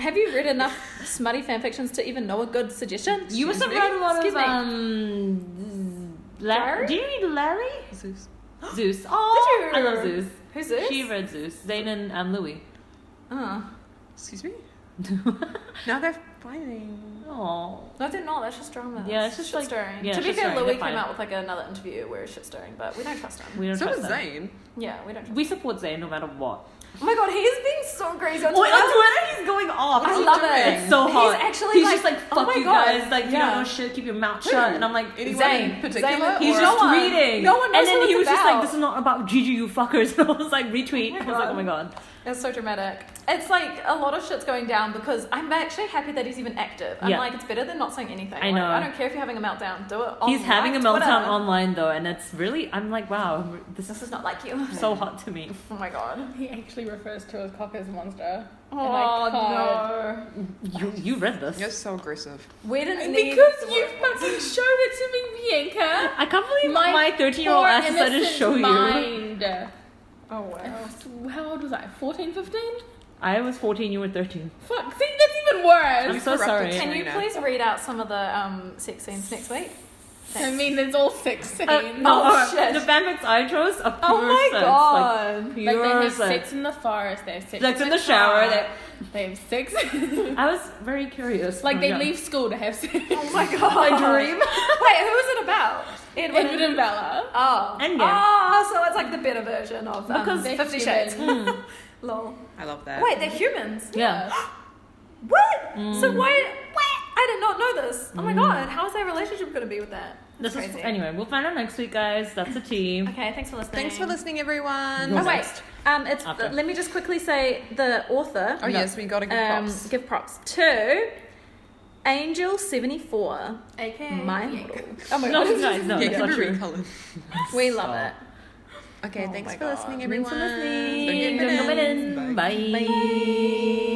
D: Have you read enough smutty fanfictions to even know a good suggestion?
C: You must have
D: Excuse me?
C: read a lot
D: Excuse
C: of
D: me.
C: um. Larry?
D: Larry?
C: Did you read Larry?
A: Zeus.
C: <gasps> Zeus. Oh,
D: Did you?
C: I love Zeus.
D: Who's Uh-huh. this?
C: She read Zeus. Zayn and um, Louis.
D: Oh.
A: Excuse me? Now they're fighting.
C: Oh.
D: No, they're not. That's just drama.
C: Yeah, it's just
D: shit
C: like-
D: stirring.
C: yeah,
D: to be
C: shit
D: fair,
C: stirring,
D: Louis
C: they're
D: came
C: fine.
D: out with like another interview where it's shit stirring, but we don't trust him.
C: We don't
A: So
C: trust
A: is
C: them.
A: Zayn.
D: Yeah, we don't. Trust
C: We support Zayn no matter what.
D: Oh my god, he's being so crazy on
C: Wait,
D: Twitter.
C: on Twitter he's going off.
D: I
C: It's
D: love
C: so-
D: it.
C: It's so hot.
D: He's actually
C: he's
D: like,
C: just like
D: oh
C: fuck
D: my
C: you
D: God.
C: guys, like you
D: Yeah.
C: don't know shit, keep your mouth shut. And I'm like,
A: Anyone
D: Zayn.
A: in particular?
D: Zayn.
C: he's
A: or-
D: No
C: just
D: one-
C: reading.
D: no one knows
C: and then
D: what
C: he
D: it's
C: was just
D: about.
C: like, this is not about Gigi, you fuckers. <laughs> And I was like, retweet. I was like, oh my god.
D: It's so dramatic. It's like a lot of shit's going down because I'm actually happy that he's even active. I'm
C: Yeah.
D: like, it's better than not saying anything.
C: I
D: Like,
C: know.
D: I don't care if you're having a meltdown. Do it. On
C: He's having a
D: live Twitter.
C: meltdown online though, and it's really, I'm like, wow, this
D: This
C: is
D: is not like you.
C: so hot to me.
D: <laughs> Oh my god.
B: He actually refers to his cock as monster.
D: Oh
B: And I can't.
D: no.
C: You you read this?
A: You're so aggressive.
D: We didn't need
B: Because you fucking showed it to me, Bianca.
C: I can't believe
B: My
C: my, 13 year old
B: Poor
C: ass decided to
B: innocent
C: show you.
B: mind.
D: Oh wow.
B: How old was I? 14, 15?
C: I was 14, you were 13.
B: Fuck, see, that's even worse.
C: I'm so
A: corrupted
C: sorry.
D: Can you
A: Serena.
D: please read out some of the um, sex scenes next week?
B: I mean, there's all 16. <laughs>
C: Uh, no,
D: Oh,
C: uh,
D: shit.
C: The fanfics I chose are pure
D: Oh my
C: sex,
D: god.
C: <laughs> Like,
B: like,
C: pure
B: they have
C: sex.
B: sex in the forest, they have sex,
C: Sex in the shower.
B: car,
C: That
B: They have
C: <laughs>
B: sex.
C: I was very curious.
B: like,
C: Oh,
B: they
C: yeah.
B: leave school to have sex.
D: oh my god.
C: My dream.
D: <laughs> Wait, who is it about? Edwin.
B: <laughs> Edward and Bella.
D: Oh.
C: Endgame.
D: Oh, so it's like the better version of um,
B: Because they're
D: Fifty
B: human.
D: Shades. <laughs> Lol.
A: I love that.
D: Wait, they're humans.
C: Hmm. Uh, Yeah.
D: <gasps>
C: Hmm.
D: What? So why? What? I did not know this. Oh my god, how is their relationship going to be with that?
C: This is
D: Crazy.
C: anyway. We'll find out next week, guys. That's a team.
D: Okay, thanks for listening.
A: Thanks for listening, everyone.
C: You're
D: Oh wait,
C: Next.
D: um, it's
C: After.
D: let me just quickly say the author.
A: Oh, yes, we got to give
D: um,
A: props.
D: give props to Angel seventy four.
B: Okay.
D: My model.
B: Oh my
C: No,
B: god.
C: it's not. No,
A: yeah, give
C: that's not
A: it
C: true.
A: recolored.
D: We love
C: Stop.
D: it.
A: Okay,
D: Oh
A: thanks
D: my
A: for listening,
C: Thanks
A: everyone.
C: for listening.
A: Don't get
C: Don't get
A: minutes.
C: minutes. Bye.